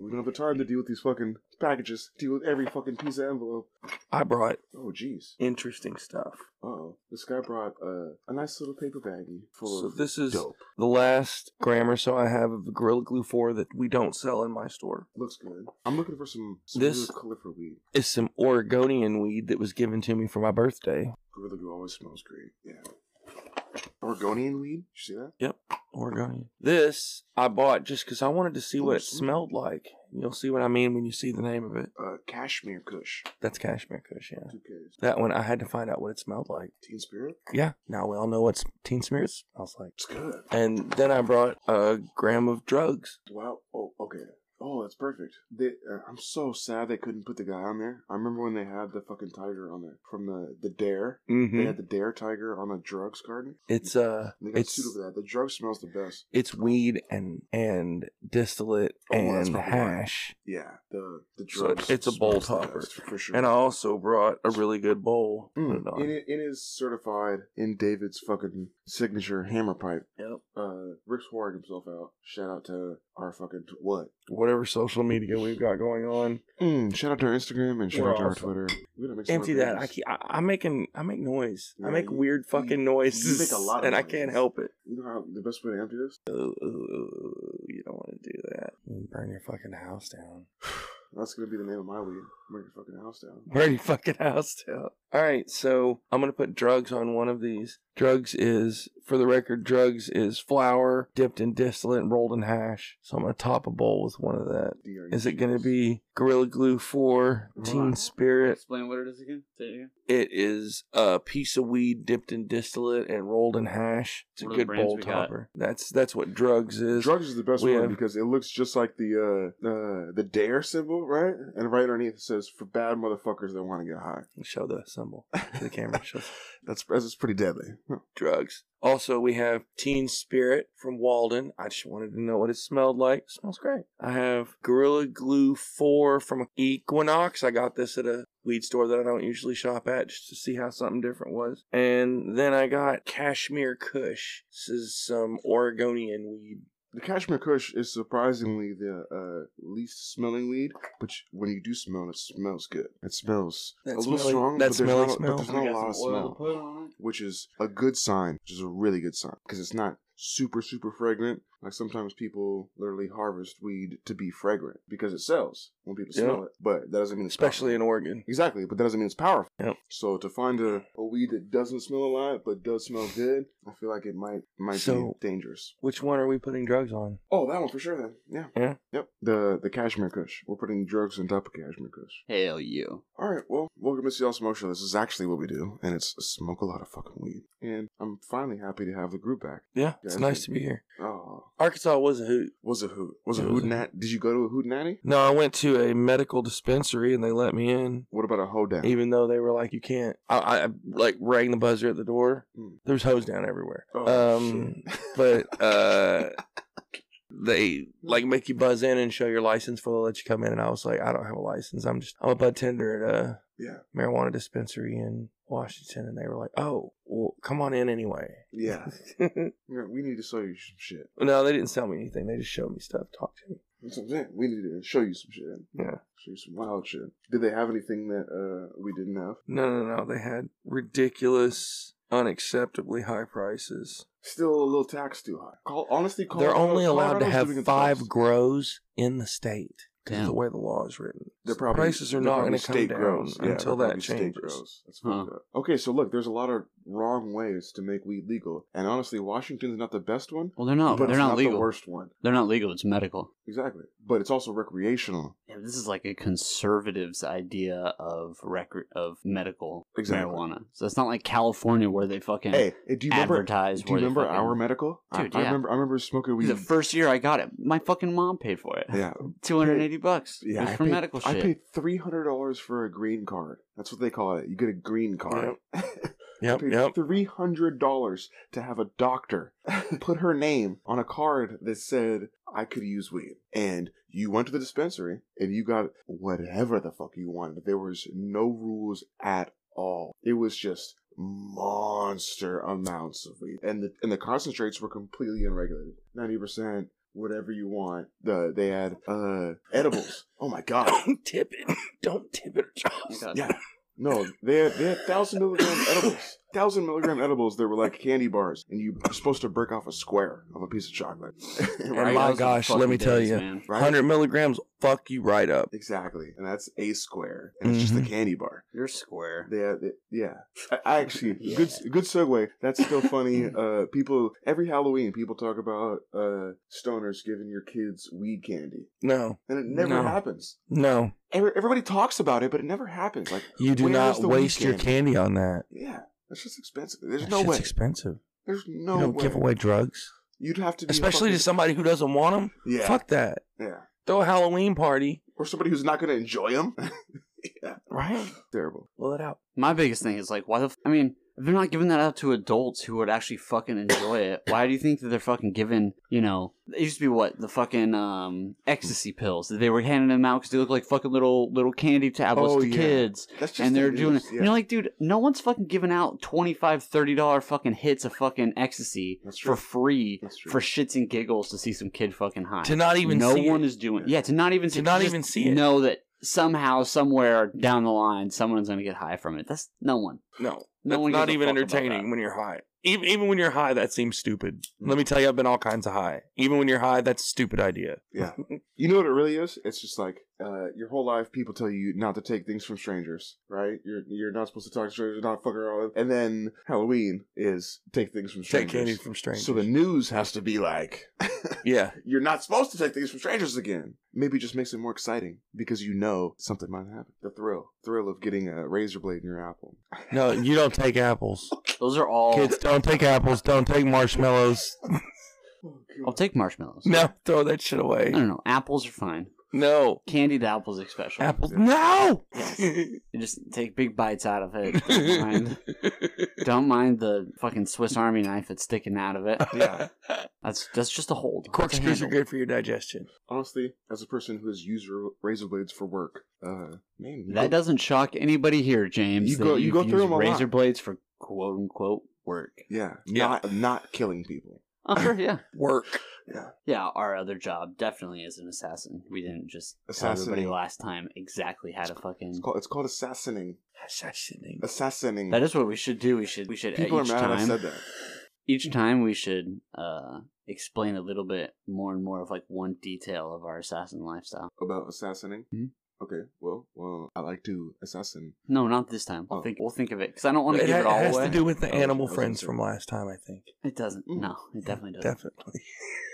we don't have the time to deal with these fucking packages. Deal with every fucking piece of envelope."
I brought
Oh, jeez.
interesting stuff.
Oh, this guy brought uh, a nice little paper baggie full
So
of
this is
dope.
the last grammar so I have of the Gorilla Glue 4 that we don't sell in my store.
Looks good. I'm looking for some, some
This-
this califer weed.
Is some Oregonian weed that was given to me for my birthday.
Gorilla glue always smells great. Yeah. Oregonian weed. You see that?
Oregonian. This I bought just because I wanted to see what it
Oops.
smelled like. You'll see what I mean when you see the name of it.
Uh, cashmere Kush.
That's cashmere kush, yeah.
Two Ks.
That one I had to find out what it smelled like.
Teen Spirit.
Yeah, now we all know what teen spirit smells like.
It's good.
And then I brought a gram of drugs.
Wow. Oh, okay. Oh, that's perfect. They, uh, I'm so sad they couldn't put the guy on there. I remember when they had the fucking tiger on there from the the Dare. They
Mm-hmm.
had the Dare tiger on a drugs garden.
It's uh,
They got
it's
sued over that. The drug smells the best.
it's weed and and distillate
Oh, well, that's
and
probably why.
hash.
Yeah, the the
So
drugs.
it's a bowl
smells the
topper.
best, for sure.
And I also brought a really good bowl. to put
Mm,
it on.
in it, it is certified in David's fucking signature hammer pipe.
Yep.
Uh, Rick Swarig himself out. Shout out to our fucking t- what?
Whatever social media we've got going on.
Mm, shout out to our Instagram and shout
We're
out to our
awesome.
Twitter. We don't
[LAUGHS]
make
Empty
smart
that. I,
business.
keep, I I'm making. I make noise. I
Yeah,
make
you-
weird fucking noises.
you make a lot of
and I
noise.
can't help it.
You know how the best way to empty this?
Ooh, ooh, ooh, you don't want to do that. You burn your fucking house down. [LAUGHS]
That's gonna be the name of my weed. Bring your fucking house down.
Burn your fucking house down. All right, so I'm gonna put drugs on one of these. Drugs is, for the record, drugs is flour dipped in distillate and rolled in hash. So I'm gonna top a bowl with one of that.
DRU.
Is it gonna be Gorilla Glue 4, Teen Spirit?
Explain what it is again. Say it again.
It is a piece of weed dipped in distillate and rolled in hash. It's a
What are the
good
brands
bowl
we got?
topper. That's that's what drugs is.
Drugs is the best
we
one
have-
because it looks just like the uh, the the dare symbol, right? And right underneath it says for bad motherfuckers that want to get high.
Show the
[LAUGHS]
symbol to the camera. Show
That's that's pretty deadly. Huh.
drugs. Also, we have Teen Spirit from Walden. I just wanted to know what it smelled like. It smells great. I have Gorilla Glue 4 from Equinox. I got this at a weed store that I don't usually shop at just to see how something different was. And then I got Cashmere Kush. This is some Oregonian weed.
The cashmere kush is surprisingly the uh, least smelling weed, but you- when you do smell, it it smells good. It smells
That
a little
smelly- that
strong, but, there's
smelly
not, a-
smell.
but there's
We
not a
got
lot of
some oil to
smell.
put on it.
which is a good sign, which is a really good sign because it's not super super fragrant. Like sometimes people literally harvest weed to be fragrant because it sells when people
Yeah.
smell it, but that doesn't mean it's
Especially in Oregon.
exactly, but that doesn't mean it's powerful.
Yep.
So to find a, a weed that doesn't smell a lot but does smell good, I feel like it might might
So-
be dangerous.
Which one are we putting drugs on?
Oh, that one for sure then. Yeah.
Yeah.
Yep. The the cashmere kush. We're putting drugs on top of cashmere kush.
Hell you.
All right, well, welcome to CL Smoke Show. This is actually what we do, and it's smoke a lot of fucking weed. And I'm finally happy to have the group back.
Yeah, it's
Gotcha.
nice to be here.
Oh,
Arkansas was a hoot.
was a hoot. Was a
It was
hoot
a-
nat? Did you go to a hoot natty?
No, I went to a medical dispensary and they let me in.
What about a hoe down?
even though they were like, you can't. I, I I, like rang the buzzer at the door.
Mm.
There was hose down everywhere.
Oh,
um,
shit.
but [LAUGHS] uh, they like make you buzz in and show your license before they let you come in. And I was like, I don't have a license. I'm just I'm a bud tender at a
[LAUGHS] yeah,
marijuana dispensary in Washington. And they were like, oh, well, come on in anyway. [LAUGHS]
yeah. Yeah, We need to show you some shit.
no, they didn't sell me anything. They just showed me stuff, talked to me.
That's what I'm saying. We need to show you some shit.
Yeah.
Show you some wild shit. Did they have anything that uh we didn't have?
No, no, no. They had ridiculous, unacceptably high prices.
Still a little tax too high. Call honestly. Call
They're only allowed to
Colorado's
have
doing it the
five
best.
grows in the state because
Damn.
the way the law is written.
They're
So
probably
prices are
they're
not
probably
going to come
state
down
grows. Yeah,
until
they're
that
probably state
changes.
grows. That's fucked up. Okay, so look, there's a lot of wrong ways to make weed legal, and honestly, Washington's not the best one.
Well, they're not.
but
they're
it's
not,
The
legal.
worst one,
They're not legal. It's medical.
exactly. But it's also recreational.
Yeah, this is like a conservative's idea of record of medical
Exactly.
marijuana. So it's not like California where they fucking
Hey, do you remember?
advertise.
Do you
where they
remember
fucking-
our medical?
Dude,
I, I
yeah.
remember. I remember smoking weed.
The first year I got it, my fucking mom paid for it.
yeah,
Two hundred eighty bucks. it
yeah.
was
I
for
paid,
medical
I
shit.
paid three hundred dollars for a green card. That's what they call it. You get a green card. [LAUGHS]
Yep,
paid
yep.
three hundred dollars to have a
[LAUGHS]
doctor put her name on a card that said I could use weed, and you went to the dispensary and you got whatever the fuck you wanted. There was no rules at all. It was just monster amounts of weed, and the and the concentrates were completely unregulated. Ninety percent. Whatever you want. The they had uh edibles. Oh my god.
Don't tip it. Don't tip it.
Oh my God.
Yeah. No, they had, they had thousand milligram edibles. Thousand milligram edibles that were like candy bars, and you were supposed to break off a square of a piece of chocolate. [LAUGHS]
my
Those
right?
were the
gosh, let
fucking
me tell
days,
you.
man.
Right?
Hundred milligrams, fuck you right up.
Exactly, and that's a square, and it's just a
Mhm.
candy bar.
You're square.
They had, it- yeah, I,
[LAUGHS]
I actually
Yeah.
good good segue. That's still funny. Uh, people every Halloween, people talk about uh stoners giving your kids weed candy,
No,
and it never
No.
happens.
no,
Every, everybody talks about it, but it never happens. Like,
you do
Where's
not
the
waste
weekend?
your candy on that.
yeah, that's just expensive. There's
That
no
shit's
way.
expensive.
There's no
you don't
way.
give away drugs,
You'd have to be a
especially to
fucking-
somebody who doesn't want them.
yeah,
Fuck that.
yeah,
Throw a Halloween party,
or somebody who's not going [LAUGHS] to enjoy them.
right?
Terrible.
Blow it out.
My biggest thing is like, why the? F- I mean, They're not giving that out to adults who would actually fucking enjoy it. Why do you think that they're fucking giving, you know, it used to be what? The fucking um, ecstasy pills. that They were handing them out because they look like fucking little little candy tablets
Oh,
to
yeah.
kids.
That's just
And
the
they're doing it.
news,
You know, like, dude, no one's fucking giving out $25, $30 fucking hits of fucking ecstasy
That's true.
for free
That's true.
for shits and giggles to see some kid fucking high.
To not even
no
see
one
it.
is doing yeah to not even
To
see,
not
just
even see it.
know that somehow somewhere down the line someone's gonna get high from it that's no one
No,
No
that's
one gives
not
a
even
fuck about
entertaining
that.
when you're high. Even, even when you're high, that seems stupid. Let me tell you, I've been all kinds of high. Even when you're high, that's a stupid idea. [LAUGHS]
Yeah. You know what it really is? It's just like uh, your whole life, people tell you not to take things from strangers, right? You're you're not supposed to talk to strangers, not fuck around. And then Halloween is take things from
Take
strangers.
candy from strangers.
So the news has to be like,
yeah,
you're not supposed to take things from strangers again. Maybe it just makes it more exciting because you know something might happen. The thrill, thrill of getting a razor blade in your apple.
no, you don't
[LAUGHS]
take apples.
those are all
Kids, don't take apples. Don't take marshmallows.
Oh,
i'll take marshmallows
[LAUGHS] No, throw that shit
i
away.
don't know apples are fine
No,
candied apples especially
apples. No.
you just take big bites out of
[LAUGHS]
it don't mind, don't mind the fucking swiss army knife that's sticking out of it
Yeah.
that's that's just a hold That's a
Corkscrews are
handle.
good for your digestion.
Honestly, as a person who has used ra- razor blades for work, uh, man, you
that
go-
doesn't shock anybody here james
You
that
go- you
you've
go through
used
them a lot.
razor blades for quote unquote work
yeah,
Yeah.
not not killing people.
oh sure yeah
Work.
Yeah, our other job definitely is an assassin. We didn't just tell everybody
Assassinating.
last time exactly how to
It's
fucking.
called it's called assassinating.
Assassinating.
Assassinating.
That is what we should do. We should we should at
People are
each
mad I
time
said that.
each time we should uh explain a little bit more and more of like one detail of our assassin lifestyle.
about assassinating.
Mhm.
Okay, well, well, I like to assassin.
No, not this time. I'll
Oh.
think we'll think of it because I don't want to
It,
give
ha-
it all
has
away.
to do with the
Oh,
animal
okay.
friends from last time, I think.
it doesn't.
Mm.
No, it definitely doesn't.
Definitely.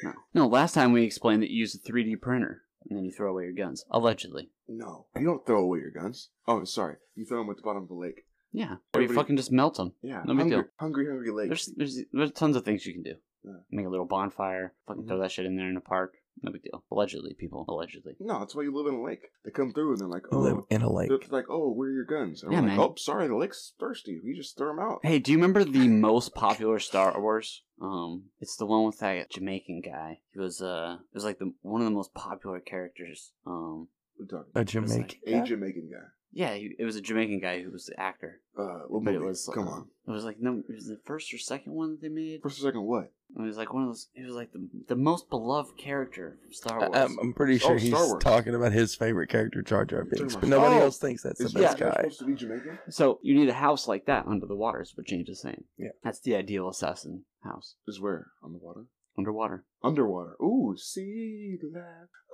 No, no. Last time we explained that you use a 3D printer and then you throw away your guns allegedly.
No, you don't throw away your guns. Oh, sorry, you throw them at the bottom of the lake.
Yeah, or you
Everybody-
fucking just melt them.
Yeah,
No big
hungry,
deal.
hungry, hungry lake.
There's, there's there's tons of things you can do.
Yeah.
Make a little bonfire. Fucking throw that shit in there in the park. No big deal. Allegedly, people. Allegedly.
No, that's why you live in a lake. They come through and they're like,
We live
oh,
in a lake.
they're like, oh, where are your guns? And
Yeah,
I'm like,
man.
oh, sorry, the lake's thirsty. We just throw them out.
Hey, do you remember [LAUGHS] the most popular Star Wars? Um, it's the one with that Jamaican guy. He was uh, it was like the one of the most popular characters. Um,
We're talking
A Jamaican.
a Jamaican guy.
yeah, he, it was a Jamaican guy who was the actor.
Uh, what
But it
movie?
was
Come
uh,
on.
It was like no, it was the first or second one that they made.
First or second, what?
It was like one of those. He was like the the most beloved character from Star
I-
Wars.
I'm, I'm pretty
Oh,
sure he's
Star Wars.
talking about his favorite character, Jar Jar
You're talking
Binks,
about-
but nobody
Oh!
ars else thinks that's
Is
the
this
best
guy
guy.
supposed to be Jamaican?
So you need a house like that under the water. Is what James is saying.
Yeah.
that's the ideal assassin house
Is where on the water?
underwater.
Underwater. Ooh, sea life.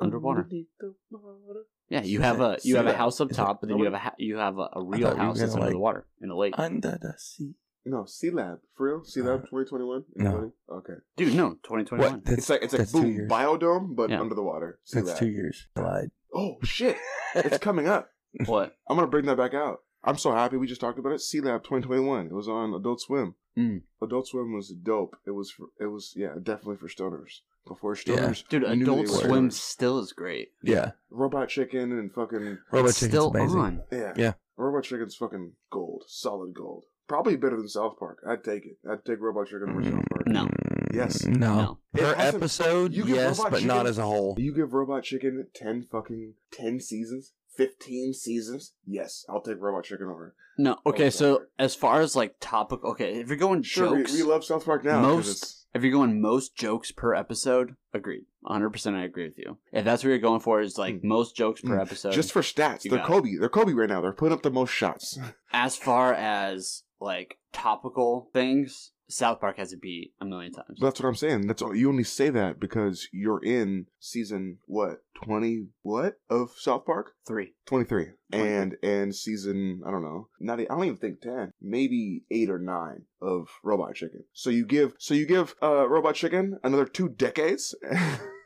Underwater.
underneath the water.
Yeah, you have a you
See
have a
that?
house up
Is
top,
it-
but then you have a ha- you have a, a real
thought you were
house that's
gonna,
under the
like-
water in the lake.
Under the sea.
No, C Lab for real. C Lab 2021.
Uh, no.
Anybody? Okay.
Dude, no, twenty twenty one.
What? That's,
It's like it's like
that's two
boom
years.
biodome, but
Yeah.
under the water. C
that's
Lab.
two years. I lied.
Oh shit!
[LAUGHS]
it's coming up.
What?
I'm gonna bring that back out. I'm so happy we just talked about it. C Lab 2021. It was on Adult Swim.
Mm.
Adult Swim was dope. It was for, it was yeah definitely for stoners. Before
Yeah.
stoners,
Dude,
knew they
Adult
were
Swim
stoners.
still is great.
Yeah.
Robot Chicken, and fucking
Robot
It's
Chicken's
still
amazing.
on.
yeah,
Yeah.
Robot Chicken's fucking gold, solid gold. Probably better than South Park. I'd take it. I'd take Robot Chicken over
Mm.
South Park.
No.
Yes.
No.
It
Per
hasn't-
episode,
you give
yes,
Robot
but not
Chicken-
as a whole.
You give Robot Chicken 10 fucking 10 seasons, 15 seasons? Yes, I'll take Robot Chicken over.
No.
Oh,
Okay, so
sorry.
as far as like topic, okay, if you're going
Sure, we,
jokes,
we love South Park now. 'cause
Most-
it's-
if you're going most jokes per episode, agreed, hundred percent, I agree with you. If that's what you're going for, is
Hmm.
like
Mm.
most jokes per
Mm.
episode.
just for stats,
you
they're
got it.
Kobe. They're Kobe right now. They're putting up the most shots.
as far as like topical things, South Park has a beat a million times.
But that's what I'm saying. That's all, you only say that because you're in season what? 20 what of South Park?
Three.
23. And and season, I don't know. Not e- I don't even think 10. Maybe 8 or 9 of Robot Chicken. So you give so you give uh Robot Chicken another 2 decades.
[LAUGHS]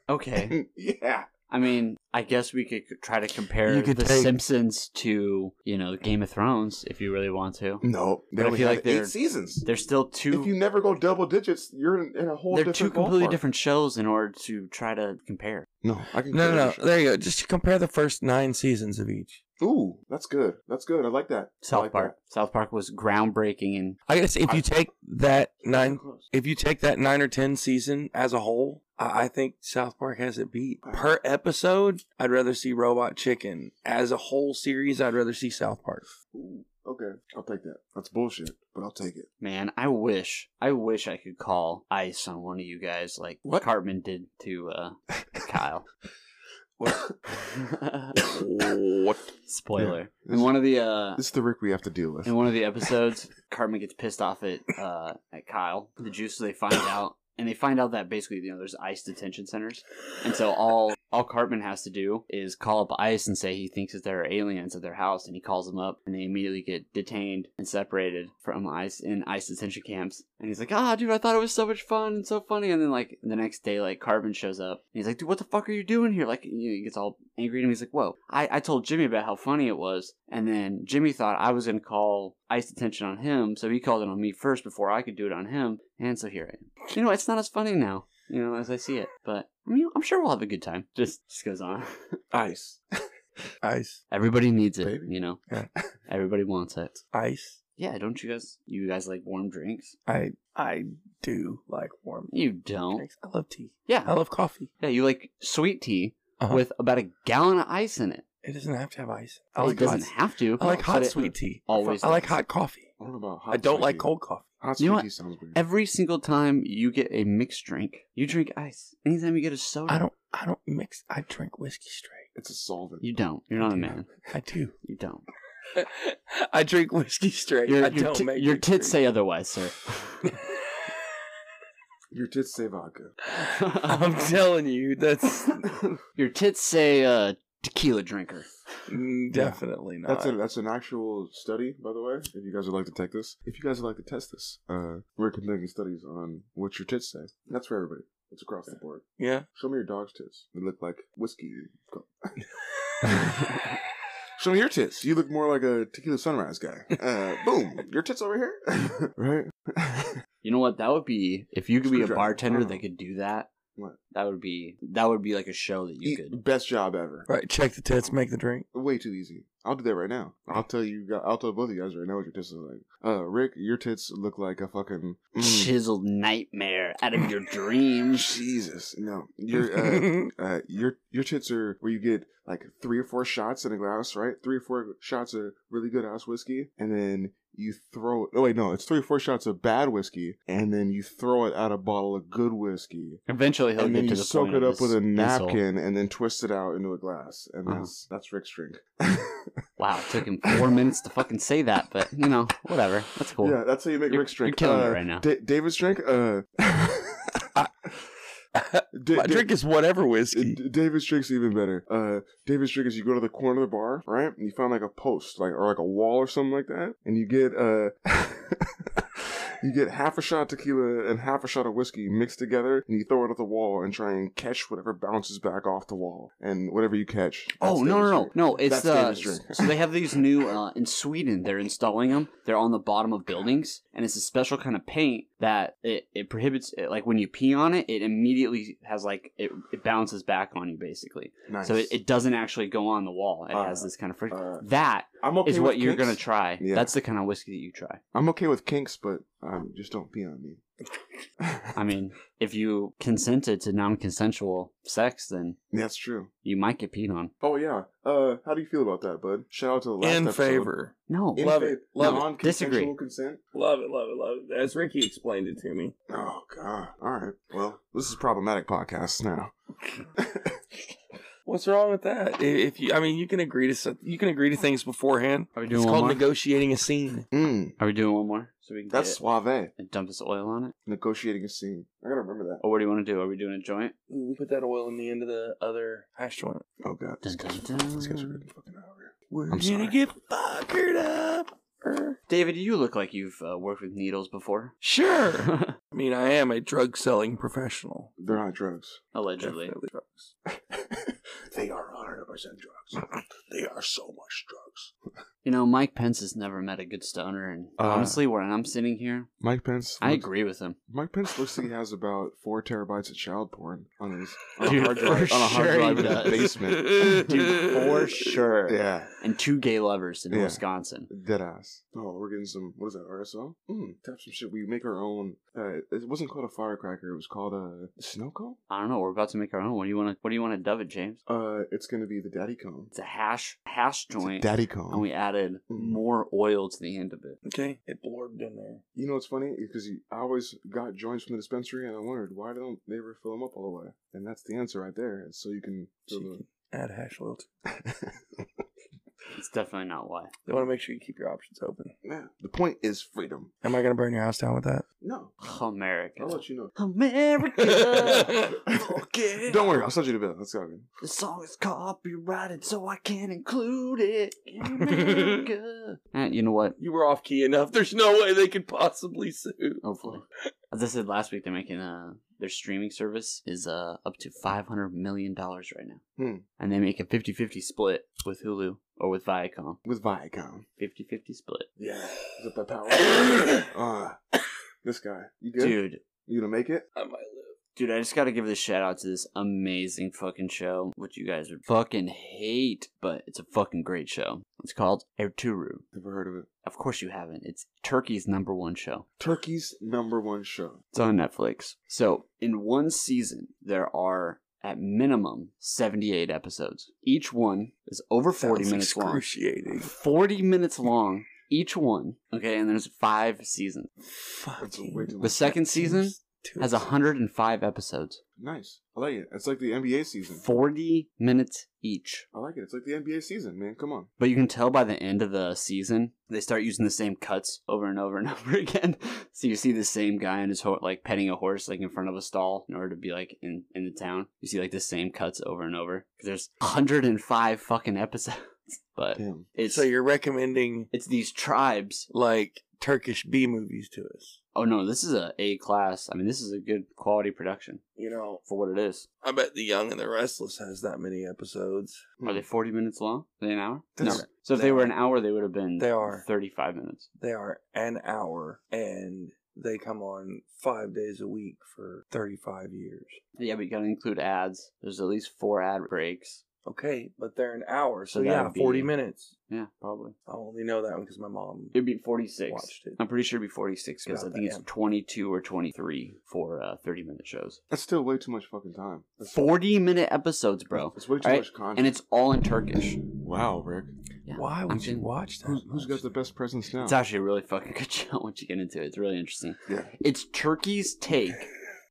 Okay.
[LAUGHS] yeah.
I mean, I guess we could c- try to compare
You could
the
take-
Simpsons to you know Game of Thrones if you really want to.
No, they
But I
only
feel
had
like
eight
they're-
seasons.
They're still two.
Mm. if you never go double digits, you're in, in a whole.
they're
different
two completely
ballpark.
different shows in order to try to compare.
No, I can.
No, no,
compare
no.
this shit.
There you go. Just compare the first nine seasons of each.
Ooh, that's good. That's good. I like that. I
South
like
Park. South Park was groundbreaking and
I guess if
I-
you take that
that.
nine, if you take that nine or ten season as a whole, I, I think South Park has it beat. Per episode, I'd rather see Robot Chicken. As a whole series, I'd rather see South Park.
Ooh, okay, I'll take that. That's bullshit, but I'll take it.
man, I wish I wish I could call ice on one of you guys like
What?
Cartman did to uh
[LAUGHS]
Kyle.
what?
[LAUGHS] Spoiler.
Yeah.
in one of the uh
This is the Rick we have to deal with.
in one of the episodes, Cartman gets pissed off at uh at Kyle, the juice so they
[COUGHS]
find out and they find out that basically, you know, there's ICE detention centers. And so all all Cartman has to do is call up ICE and say he thinks that there are aliens at their house and he calls them up and they immediately get detained and separated from ICE in ICE detention camps. And he's like, "Ah, dude, I thought it was so much fun and so funny." And then like the next day like Cartman shows up and he's like, "Dude, what the fuck are you doing here?" Like you know, he gets all angry and he's like, "Whoa, I I told Jimmy about how funny it was." And then Jimmy thought I was going to call ICE detention on him, so he called it on me first before I could do it on him. And so here I am you know, it's not as funny now, you know, as I see it. But I mean, I'm sure we'll have a good time. Just just goes on. [LAUGHS]
Ice, ice,
Everybody needs it,
Baby.
you know.
Yeah.
[LAUGHS] Everybody wants it.
ice.
Yeah, don't you guys? You guys like warm drinks?
I I do like warm
You don't.
drinks. I love tea. I
Yeah,
love coffee.
yeah. You like sweet tea
Oh. Uh-huh.
with about a gallon of ice in it.
It doesn't have to have ice. I
It
like
doesn't
hot,
have to.
I like
but
hot
it-
sweet tea.
always
I like
does.
hot coffee.
I don't know about hot
I don't
sweet
like
tea.
cold coffee.
Hot
You know
sweet
what?
tea sounds weird.
Every single time you get a mixed drink, you drink ice. Anytime you get a soda,
I don't I don't mix I drink whiskey straight.
it's a solvent.
You don't. You're not a
do.
man.
I
[LAUGHS]
do.
You don't.
I drink whiskey straight.
Your,
I
your,
don't
ti-
make
your
it
tits
straight.
say otherwise, sir. [LAUGHS]
Your tits say vodka.
[LAUGHS] [LAUGHS] I'm telling you, [LAUGHS] that's
Your tits say uh, tequila drinker.
mm, definitely
Uh,
not.
That's a, that's an actual study, by the way. If you guys would like to take this, if you guys would like to test this, uh, we're conducting studies on what your tits say. That's for everybody. It's across the board.
yeah.
Show me your dog's tits. They look like whiskey. Show me your tits. You look more like a tequila sunrise guy.
[LAUGHS]
Uh, boom. Your tits over here. [LAUGHS] right?
You know what? That would be if you could be a
Screwdriver.
bartender that
Oh.
could do that.
What?
That would be that would be like a show that [LAUGHS] you
E-
could.
Best job ever.
[LAUGHS] Right, check the tits, make the drink.
Way too easy. I'll do that right now. I'll tell you. gu- I'll tell both of you guys right now what your tits look like. Uh, Rick, your tits look like a fucking. Mm,
Chiseled nightmare out of your dreams.
Jesus, no. Your uh,
[LAUGHS]
uh, your your tits are where you get like three or four shots in a glass, right? Three or four shots of really good ass whiskey, and then you throw. Oh wait, no, it's three or four shots of bad whiskey, and then you throw it out a bottle of good whiskey,
Eventually, he'll
and
get
then
to
you
the
soak
point
it
of
up with
his
a
insult.
napkin, and then twist it out into a glass, and
Uh-huh.
that's that's Rick's drink.
Wow, it
[LAUGHS]
took him four minutes to fucking say that, but you know, whatever. That's cool.
[LAUGHS] Yeah, that's how you make
You're-
Rick's drink.
you're killing
Uh,
it right now.
Da- David's drink. Uh, [LAUGHS] Da-
[LAUGHS] My
Da-
drink is whatever whiskey.
D- David's drink's even better. Uh, David's drink is you go to the corner of the bar, right? And you find like a post, like or like a wall or something like that, and you get uh, [LAUGHS] you get half a shot tequila and half a shot of whiskey mixed together, and you throw it at the wall and try and catch whatever bounces back off the wall, and whatever you catch. that's
Oh no
David's
no no
drink.
no! It's
That's David's
the
drink.
so they have these new uh, in Sweden. They're installing them. They're on the bottom of buildings, and it's a special kind of paint that it, it prohibits. It, like when you pee on it, it immediately has like it, it bounces back on you basically.
Nice.
So it, it doesn't actually go on the wall. It
Uh,
has this kind of friction.
uh,
that
I'm okay
is
with
what you're
kinks.
gonna try.
Yeah.
That's the kind of whiskey that you try.
I'm okay with kinks, but um, just don't pee on me.
I mean, if you consented to non-consensual sex, then
[LAUGHS] That's true.
you might get peed on.
Oh yeah. Uh, how do you feel about that, bud? Shout out to the last
In
episode.
favor.
No,
Love it. Love it.
Non-consensual
Disagree.
consent.
Love it, love it, love it. As Ricky explained it to me.
Oh God! All right. Well, this is problematic podcast now.
[LAUGHS]
What's wrong with that? I- If you, I mean, you can agree to some- you can agree to things beforehand.
are we doing
It's
one
called
more?
negotiating a scene.
Mm,
are we doing one more? So we can
that's
get it
suave.
and dump this oil on it.
Negotiating a scene. I gotta remember
Oh, what do you want to do? Are we doing a joint?
Ooh, we put that oil in the end of the other hash joint.
that. Oh God! These
Dun,
guys,
dun, dun.
these guys are getting fucking out of here.
We're
I'm
gonna
sorry.
get fuckered up. Er.
David, you look like you've uh, worked with needles before.
Sure. [LAUGHS] I mean, I am a drug selling professional.
They're not drugs.
[LAUGHS]
[LAUGHS]
Allegedly.
Definitely drugs.
they are 100 percent drugs. They are so much drugs.
You know, Mike Pence has never met a good stoner, and
Uh,
honestly, when I'm sitting here,
Mike Pence.
I
looks-
agree with him.
Mike Pence looks like he has about four terabytes of child porn on his on a
Dude,
hard drive,
for
on a hard
sure he
drive in his
does.
[LAUGHS]
basement.
[LAUGHS] Dude,
[LAUGHS]
for sure.
Yeah,
And two gay lovers in
Yeah.
Wisconsin.
dead ass. Oh, we're getting some. What is that? RSL? Mm, tap some shit. We make our own. Uh, it wasn't called a firecracker. It was called a snow cone.
I don't know. We're about to make our own. What do you want to? What do you want to dub it, James?
Uh, it's gonna be the daddy cone.
It's a hash hash
It's a Mm.
joint,
daddy cone.
and we added more oil to the end of it.
Okay, it blorbed in there.
You know what's funny? Because I always got joints from the dispensary, and I wondered why don't they ever fill them up all the way? And that's the answer right there. So you can
So
fill
you can add hash oil. To-
[LAUGHS] the.
It's definitely not why.
they want to make sure you keep your options open.
Man, the point is freedom.
Am I going to burn your house down with [LAUGHS] that?
No,
America.
I'll let you know.
America.
[LAUGHS]
Fuck it.
Don't worry, I'll send you the bill. Let's go. Again.
The song is copyrighted, so I can't include it. [LAUGHS] America. Eh, you know what?
You were off key enough. There's no way they could possibly sue.
Hopefully, as I said last week, they're making uh their streaming service is uh up to five hundred million dollars right now,
Hmm.
and they make a 50-50 split with Hulu or with Viacom.
With Viacom.
50-50 split.
Yeah. Is it the power? [COUGHS] uh, this guy. You good?
Dude,
You gonna make it?
I might live.
Dude, I just gotta give this shout out to this amazing fucking show, which you guys would fucking hate, but it's a fucking great show. It's called Ertuğrul.
Never heard of it.
Of course you haven't. It's Turkey's number one show.
Turkey's number one show.
It's on Netflix. So, in one season, there are at minimum 78 episodes. Each one is over 40
Sounds
minutes long.
excruciating.
40 minutes long, each one. Okay, and there's five seasons.
Fucking.
way too
The
much.
second season
Too
has 105 episodes,
Nice. I like it. It's like the NBA season.
40 minutes each.
I like it. It's like the NBA season, man. Come on.
But you can tell by the end of the season, they start using the same cuts over and over and [LAUGHS] over again. So you see the same guy and his horse, like petting a horse, like in front of a stall, in order to be like in in the town. You see like the same cuts over and over. 'Cause There's 105 fucking episodes, [LAUGHS] but
Damn.
it's
So you're recommending
it's these tribes.
like Turkish B movies to us?
Oh no, this is a A class. I mean, this is a good quality production
You know,
for what it is.
I bet The Young and the Restless has that many episodes.
Hmm.
Are they 40 minutes long? Are they an hour? No.
That's-
So if
Hmm. they
they were
are.
an hour, they would have been
They are.
35 minutes.
They are an hour and they come on five days a week for 35 years.
Yeah, but you gotta include ads. There's at least four ad breaks.
Okay, but they're an hour.
So
So,
that
yeah,
would be-
40 minutes.
Yeah, probably.
I only know that one because my mom
Hmm.
It'd be 46.
watched it.
I'm pretty sure it'd be 46 because I
About
think
that,
it's
yeah.
22 or 23 for uh, 30 minute shows.
That's still way too much fucking time. That's-
40 minute episodes, bro.
It's way too
All right,
much content.
And it's all in Turkish.
wow, Rick.
Yeah,
Why
I'm
would you
kidding.
watch that?
Who's, who's
much?
got the best presence now?
It's actually a really fucking [LAUGHS] good show once you get into it. It's really interesting.
yeah.
It's Turkey's
[LAUGHS]
take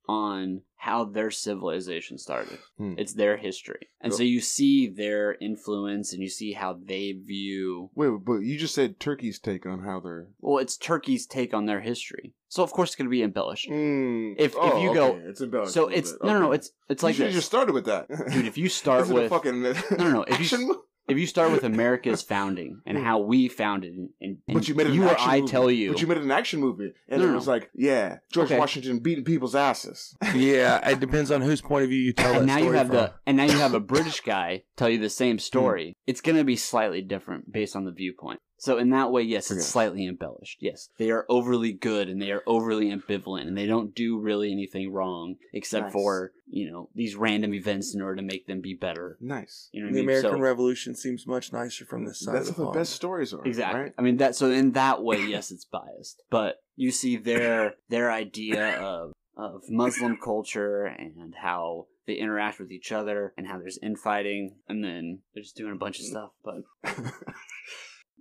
on how their civilization started.
Hmm.
It's their history. And so you see their influence and you see how they view
Wait, but you just said Turkey's take on how they're.
Well, it's Turkey's take on their history. So of course it's going to be embellished.
Mm.
If- if you go-
it's embellished. a
So
little
it's
bit.
no, no, no.
Okay.
It's it's like
you should
this.
just started with that,
dude.
[LAUGHS]
If you start
Is it a
with
fucking no,
no, no, if you
[LAUGHS] action
s-
movie?
if you start with America's founding and how we founded, and, and
But you made it.
you
an
or
action
I
movie.
tell you,
But you made it an action movie, and
No,
it
no,
was
no.
like, yeah, George
Okay.
Washington beating people's asses. [LAUGHS]
yeah, it depends on whose point of view you tell that
and now you
story
have the
from.
and now you have a
[LAUGHS]
British guy tell you the
Hmm.
same story. It's going to be slightly different based on the viewpoint. So in that way, yes, it's
Okay.
slightly embellished. Yes, they are overly good and they are overly ambivalent and they don't do really anything wrong except
Nice.
for you know these random events in order to make them be better.
Nice.
You know what
The
I mean?
American
So-
Revolution seems much nicer from this side
That's
of
how
the,
the
pond.
best stories are.
Exactly.
Right?
I mean that. So in that way, yes, it's biased, but you see their their idea of of Muslim culture and how they interact with each other and how there's infighting, and then they're just doing a bunch of
Mm-hmm.
stuff. But [LAUGHS]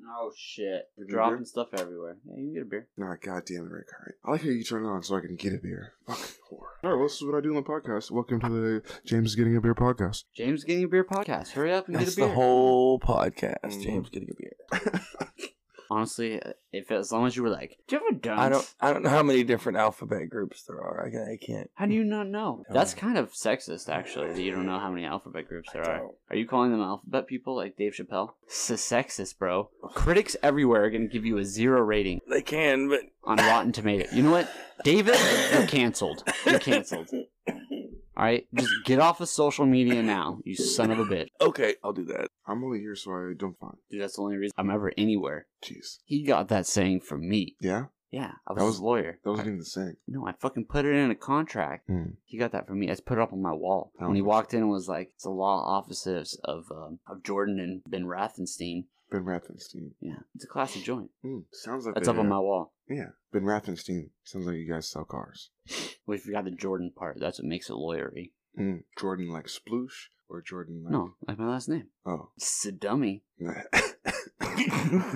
oh shit,
Did you
dropping
hear?
stuff everywhere. Yeah, you can get a beer.
Nah, goddamn it, Rick. All right. I like how you turn it on so I can get a beer. Fucking whore. All right, well, this is what I do on the podcast. Welcome to the James is Getting a Beer podcast.
James getting a beer podcast. Hurry up and
That's
get a
the
beer.
whole podcast.
Mm.
James getting a beer.
Honestly, if as long as you were like, do you ever dance?
I don't. I don't know how many different alphabet groups there are. I, ca- I can't.
How do you not know?
Don't
That's
know.
kind of sexist, actually, that you don't know how many alphabet groups there are.
So,
Are you calling them alphabet people like Dave Chappelle? Sexist, bro. Critics everywhere are going to give you a zero rating
They can, but
[LAUGHS]
on Rotten Tomato. You know what? David, you're canceled. You're canceled. All All right, just get off of social media now, you son of a bitch.
[COUGHS] Okay, I'll do that.
I'm only here so I don't find.
Dude, that's the only reason I'm ever anywhere.
Jeez.
He got that saying from me.
Yeah,
Yeah, I was,
That was-
his lawyer.
that wasn't
I-
even the same.
no, I fucking put it in a contract.
Hmm.
He got that from me. I just put it up on my wall.
Oh.
When he walked in and was like, it's the law offices of um, of Jordan and Ben Rathenstein.
Ben Rathenstein.
Yeah, it's a classy joint.
Hmm. Sounds like
That's
they-
up on my wall.
Yeah, Ben Rathenstein. Sounds like you guys sell cars.
We forgot the Jordan part. That's what makes it lawyery.
Hmm. Jordan like Sploosh or Jordan like
No, like my last name.
oh. [LAUGHS]
It's a dummy.
oh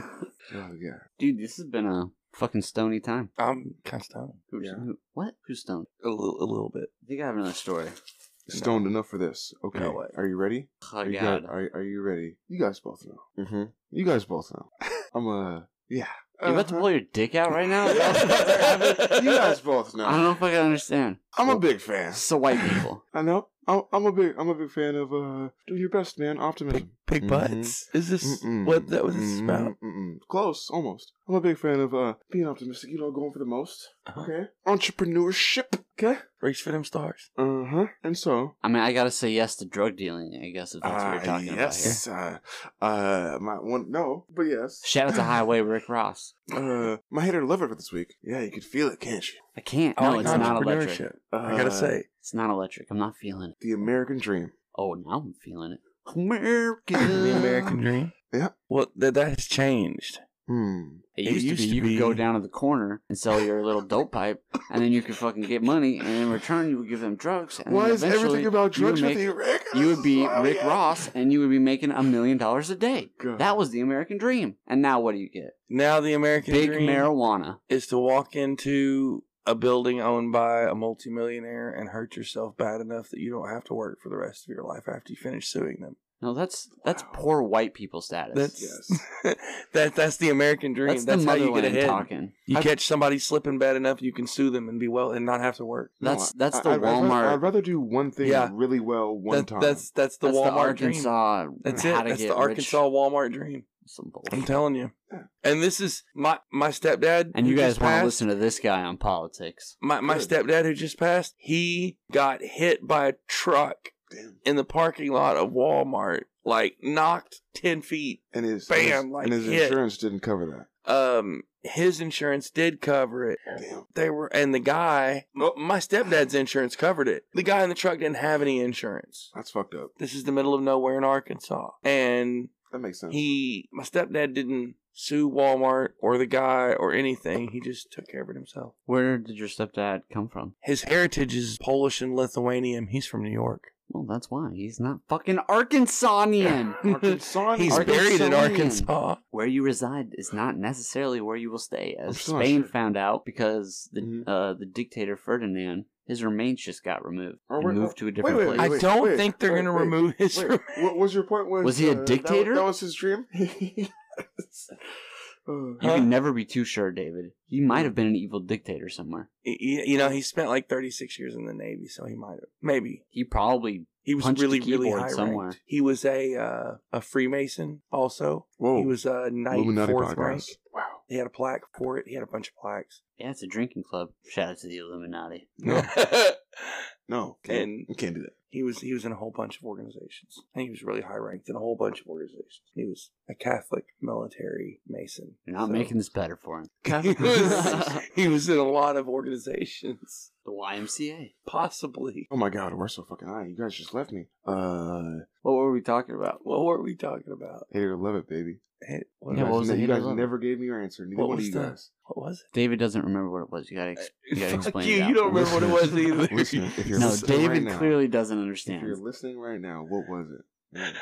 yeah.
Dude, this has been a fucking stony time.
I'm kind of stoned.
Who's,
Yeah.
who, what? Who's stoned?
A little, a little bit.
I think I have another story.
Stoned enough for this. Okay.
No way.
Are you ready?
Oh,
Are you
God.
got- are, are you ready? You guys both know. Mm-hmm. You guys both know. [LAUGHS] I'm uh yeah.
You're about to
Uh-huh.
blow your dick out right
[LAUGHS]
now?
you guys both know.
[LAUGHS] I don't know if I can understand.
I'm a big fan.
It's the white people.
I know. I'm, I'm a big. I'm a big fan of uh, do your best, man. Optimism.
Pig, pig
Mhm.
Mm-hmm.
butts. Is this
Mm-mm.
what that was this
Mm-mm.
about?
Mm-mm. Close, almost. I'm a big fan of uh, being optimistic. You know, going for the most.
Uh-huh.
Okay. Entrepreneurship. Okay.
Reach for them stars.
Uh huh. And so.
I mean, I gotta say yes to drug dealing, I guess, if that's what we're
uh,
talking about here.
yes. Uh, uh, my one no, but yes.
Shout out to Highway Rick Ross.
[LAUGHS] Uh, my hater lover for this week. Yeah, you could feel it, can't you?
I can't.
Oh, I
No,
like
it's not electric.
entrepreneurship. I gotta
Uh,
say,
It's not electric. I'm not feeling it.
the American dream.
Oh, now I'm feeling it. America.
[LAUGHS] the American dream.
Yeah.
Well, that that has changed.
Hmm.
It
It
used, to
used
be
to
you
be-
could go down to the corner and sell your little dope pipe, and then you could fucking get money, and in return you would give them drugs. And
Why
then
is everything
eventually
about
you would
drugs
make-
with you, Rick?
You would be
Oh,
Rick
yeah.
Ross, and you would be making a million dollars a
[LAUGHS]
day.
Uh-huh.
God.
That was the American dream. And now what do you get?
Now the American
Big
dream
marijuana.
is to walk into a building owned by a multimillionaire and hurt yourself bad enough that you don't have to work for the rest of your life after you finish suing them.
No, that's that's
Wow.
poor white people status.
That's
[LAUGHS]
Yes.
[LAUGHS] that that's the American dream.
That's
That's,
the
how you get
motherland
ahead.
talking.
You
I've-
catch somebody slipping bad enough, you can sue them and be well and not have to work.
That's- that's the
I'd rather-
Walmart-
I'd rather do one thing
Yeah.
really well one
That-
time.
That's that's the
that's
Walmart
the Arkansas.
dream. That's
how
it.
to
That's
get
the
rich.
Arkansas Walmart dream.
Some
I'm
bullshit.
telling you.
Yeah.
And this is my my stepdad.
And you
who
guys
just
want to
passed-
listen to this guy on politics?
My my
Good.
stepdad who just passed. He got hit by a truck
Damn.
in the parking lot of Walmart. Like knocked ten feet.
And his
Bam,
and his,
like
and his
hit.
insurance didn't cover
Um, his insurance did cover it.
that. Damn.
They were, and the guy, m- my stepdad's insurance covered it. The guy in the truck didn't have any insurance.
That's fucked up.
This is the middle of nowhere in Arkansas, and
That makes sense.
he, my stepdad, didn't sue Walmart or the guy or anything. He just took care of it himself.
Where did your stepdad come from?
His heritage is Polish and Lithuanian. He's from New York.
Well, that's why he's not fucking Arkansanian. [LAUGHS]
Arkansas.
He's
Arkansas.
buried in Arkansas.
where you reside is not necessarily where you will stay,
I'm
as
still not
Spain
sure.
found out because the
Mhm.
uh, the dictator Ferdinand, his remains just got removed
Or
and
wait,
moved to a different
wait,
place.
I
wait,
don't
wait,
think they're
wait,
going to
wait,
remove his. [LAUGHS]
Wait, [LAUGHS] what was your point? Was, uh,
Was he a
that-
dictator?
That, was
[LAUGHS]
his dream. Uh,
You
Huh?
can never be too sure, David. He might have been an evil dictator somewhere.
you, you know, he spent like 36 years in the Navy, so he might have. Maybe.
He probably
He was
Punched a
really, really
keyboard
high
somewhere.
ranked. He was a uh, a Freemason also.
Whoa.
He was a knight
Illuminati
fourth
podcast.
rank.
Wow.
He had a plaque for it. He had a bunch of
[LAUGHS]
plaques.
yeah, it's a drinking club. Shout out to the Illuminati.
No, no.
[LAUGHS]
Can't,
And-
can't do that.
he was he was in a whole bunch of organizations. And he was really high ranked in a whole bunch of organizations. He was a Catholic military Mason.
You're not
So- [LAUGHS]
making this better for him.
he
[LAUGHS]
was, he was in a lot of organizations.
The YMCA.
Possibly.
Oh my god, we're so fucking high. You guys just left me. Uh,
What were we talking about?
What were we talking about?
hater to love it, baby.
Hey,
Yeah,
What,
you guys,
what was
ne-
the
you
hater
guys
love it?
never gave me your answer. Neither
What
one of
was
you
the-
guys.
what was it?
David doesn't remember what it was. You gotta, ex- you gotta
[LAUGHS] Fuck
explain.
you.
it out
You don't
for him.
remember what it
[LAUGHS]
was
Listeners, [LAUGHS]
either.
listeners, if you're
No,
listening right
David
now-
clearly doesn't
If you're
understand.
listening right now, what was it? Yeah.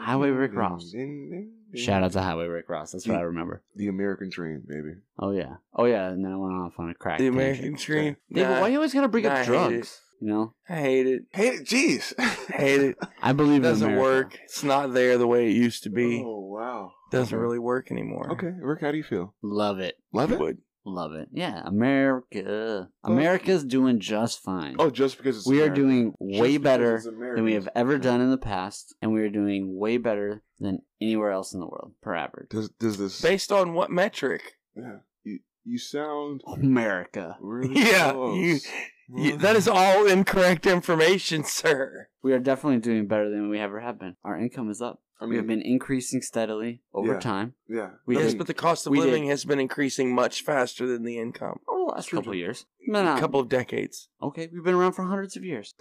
Highway Rick Ross.
Ding, ding, ding.
Shout out to Highway Rick Ross. That's
Mm.
what I remember.
The American Dream, baby.
Oh yeah. Oh yeah. And then I went off on a crack.
The
tangent.
American Dream.
David,
Nah,
why you always gotta bring
nah, I
up
hate
drugs? You know,
I hate it.
Hate it, jeez.
Hate it.
I believe
It doesn't
in America.
work. It's not there the way it used to be.
Oh wow.
Doesn't
Okay.
really work anymore.
Okay, Rick, how do you feel?
Love it.
Love
You
it.
would.
Love it. Yeah, America. America's doing just fine.
Oh, just because it's
we are
American.
doing
Just
way
because
better
it's American.
than we have ever done in the past, and we are doing way better than anywhere else in the world per average.
Does does this?
Based on what metric?
yeah. You you sound
America.
[LAUGHS]
really
Yeah,
close.
you Y- that is all incorrect information, [LAUGHS] sir.
We are definitely doing better than we ever have been. Our income is up.
I
we have
mean,
been increasing steadily over
Yeah.
time
yeah.
We
I
yes,
mean, [LAUGHS]
but the cost of
we
living
did-
has been increasing much faster than the income.
over the last couple of years. No,
A
no.
couple of [LAUGHS] decades.
Okay, we've been around for hundreds of years.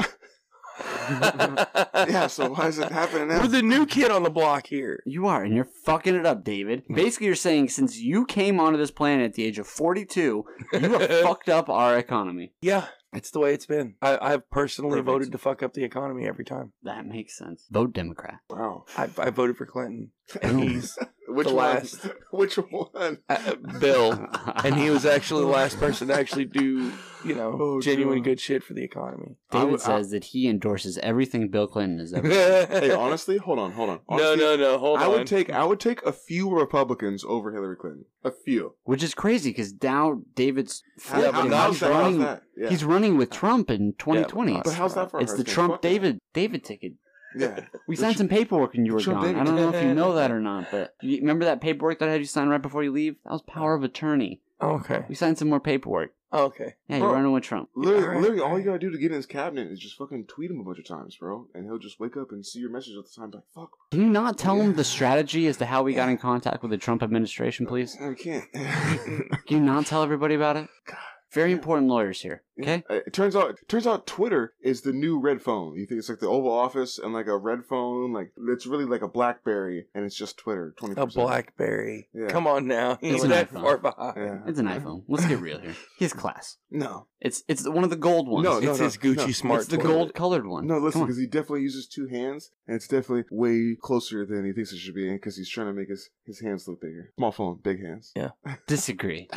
yeah,
yeah, so why is it happening
[LAUGHS]
now?
We're the new kid on the block here.
You are, and you're fucking it up,
[LAUGHS]
David. Basically, you're saying since you came onto this planet at the age of 42, you have
[LAUGHS]
fucked up our economy.
Yeah, it's the way it's been. I, I've personally
Perfect.
voted to fuck up the economy every time.
That makes sense. Vote [LAUGHS] Democrat.
wow.
I, I voted for Clinton. [LAUGHS] And he's
Which
the
one?
last.
[LAUGHS] Which one?
Uh, [LAUGHS] Bill. And he was actually the last person to actually do, you know,
Oh,
genuine
God.
good shit for the economy.
David
I- I-
says that he endorses everything Bill Clinton has ever.
[LAUGHS]
[LAUGHS] Hey, [LAUGHS]
hey,
honestly, hold on, hold on.
no,
Honestly,
no, no. Hold
I
on.
would take I would take a few Republicans over Hillary Clinton. A few.
Which is crazy because now David's
Yeah, but
flipping.
how's
he's,
that- how's
running,
that? Yeah.
he's running with Trump in 2020.
Yeah,
but how's that for
it's
her?
the
Fuck
Trump
it.
David David ticket.
Yeah.
We
The
signed
Tr-
some paperwork and you
the
were
Trump
gone. I
David.
don't know if you know that or not,
[LAUGHS]
but you remember that paperwork that I had you sign right before you leave? That was power of attorney.
Okay.
We signed some more paperwork.
Okay.
Yeah, you're
Bro.
running with Trump.
Literally,
Alright,
literally all you
alright.
gotta do to get in his cabinet is just fucking tweet him a bunch of times, bro. And he'll just wake up and see your message at the time, like, fuck,
Can you not tell him
Yeah.
the strategy as to how we got
Yeah.
in contact with the Trump administration, please?
I can't. [LAUGHS]
Can you not tell everybody about it?
God.
Very important lawyers here. [LAUGHS] Okay.
Uh, It turns out, it turns out, Twitter is the new red phone. You think it's like the Oval Office and like a red phone, like it's really like a BlackBerry, and it's just Twitter. Twenty
A
percent.
BlackBerry.
Yeah.
Come on now.
It's
He's
an
that
iPhone.
far
[LAUGHS]
behind.
Yeah.
It's an iPhone. Let's get real
[LAUGHS]
here. He has class.
No,
It's it's one of the gold ones.
No,
It's his Gucci
no.
smart.
it's the
toilet.
gold colored one.
no. Listen,
Come on.
because he definitely uses two hands, and it's definitely way closer than he thinks it should be, because he's trying to make his his hands look bigger. Small phone, big hands. [LAUGHS]
disagree.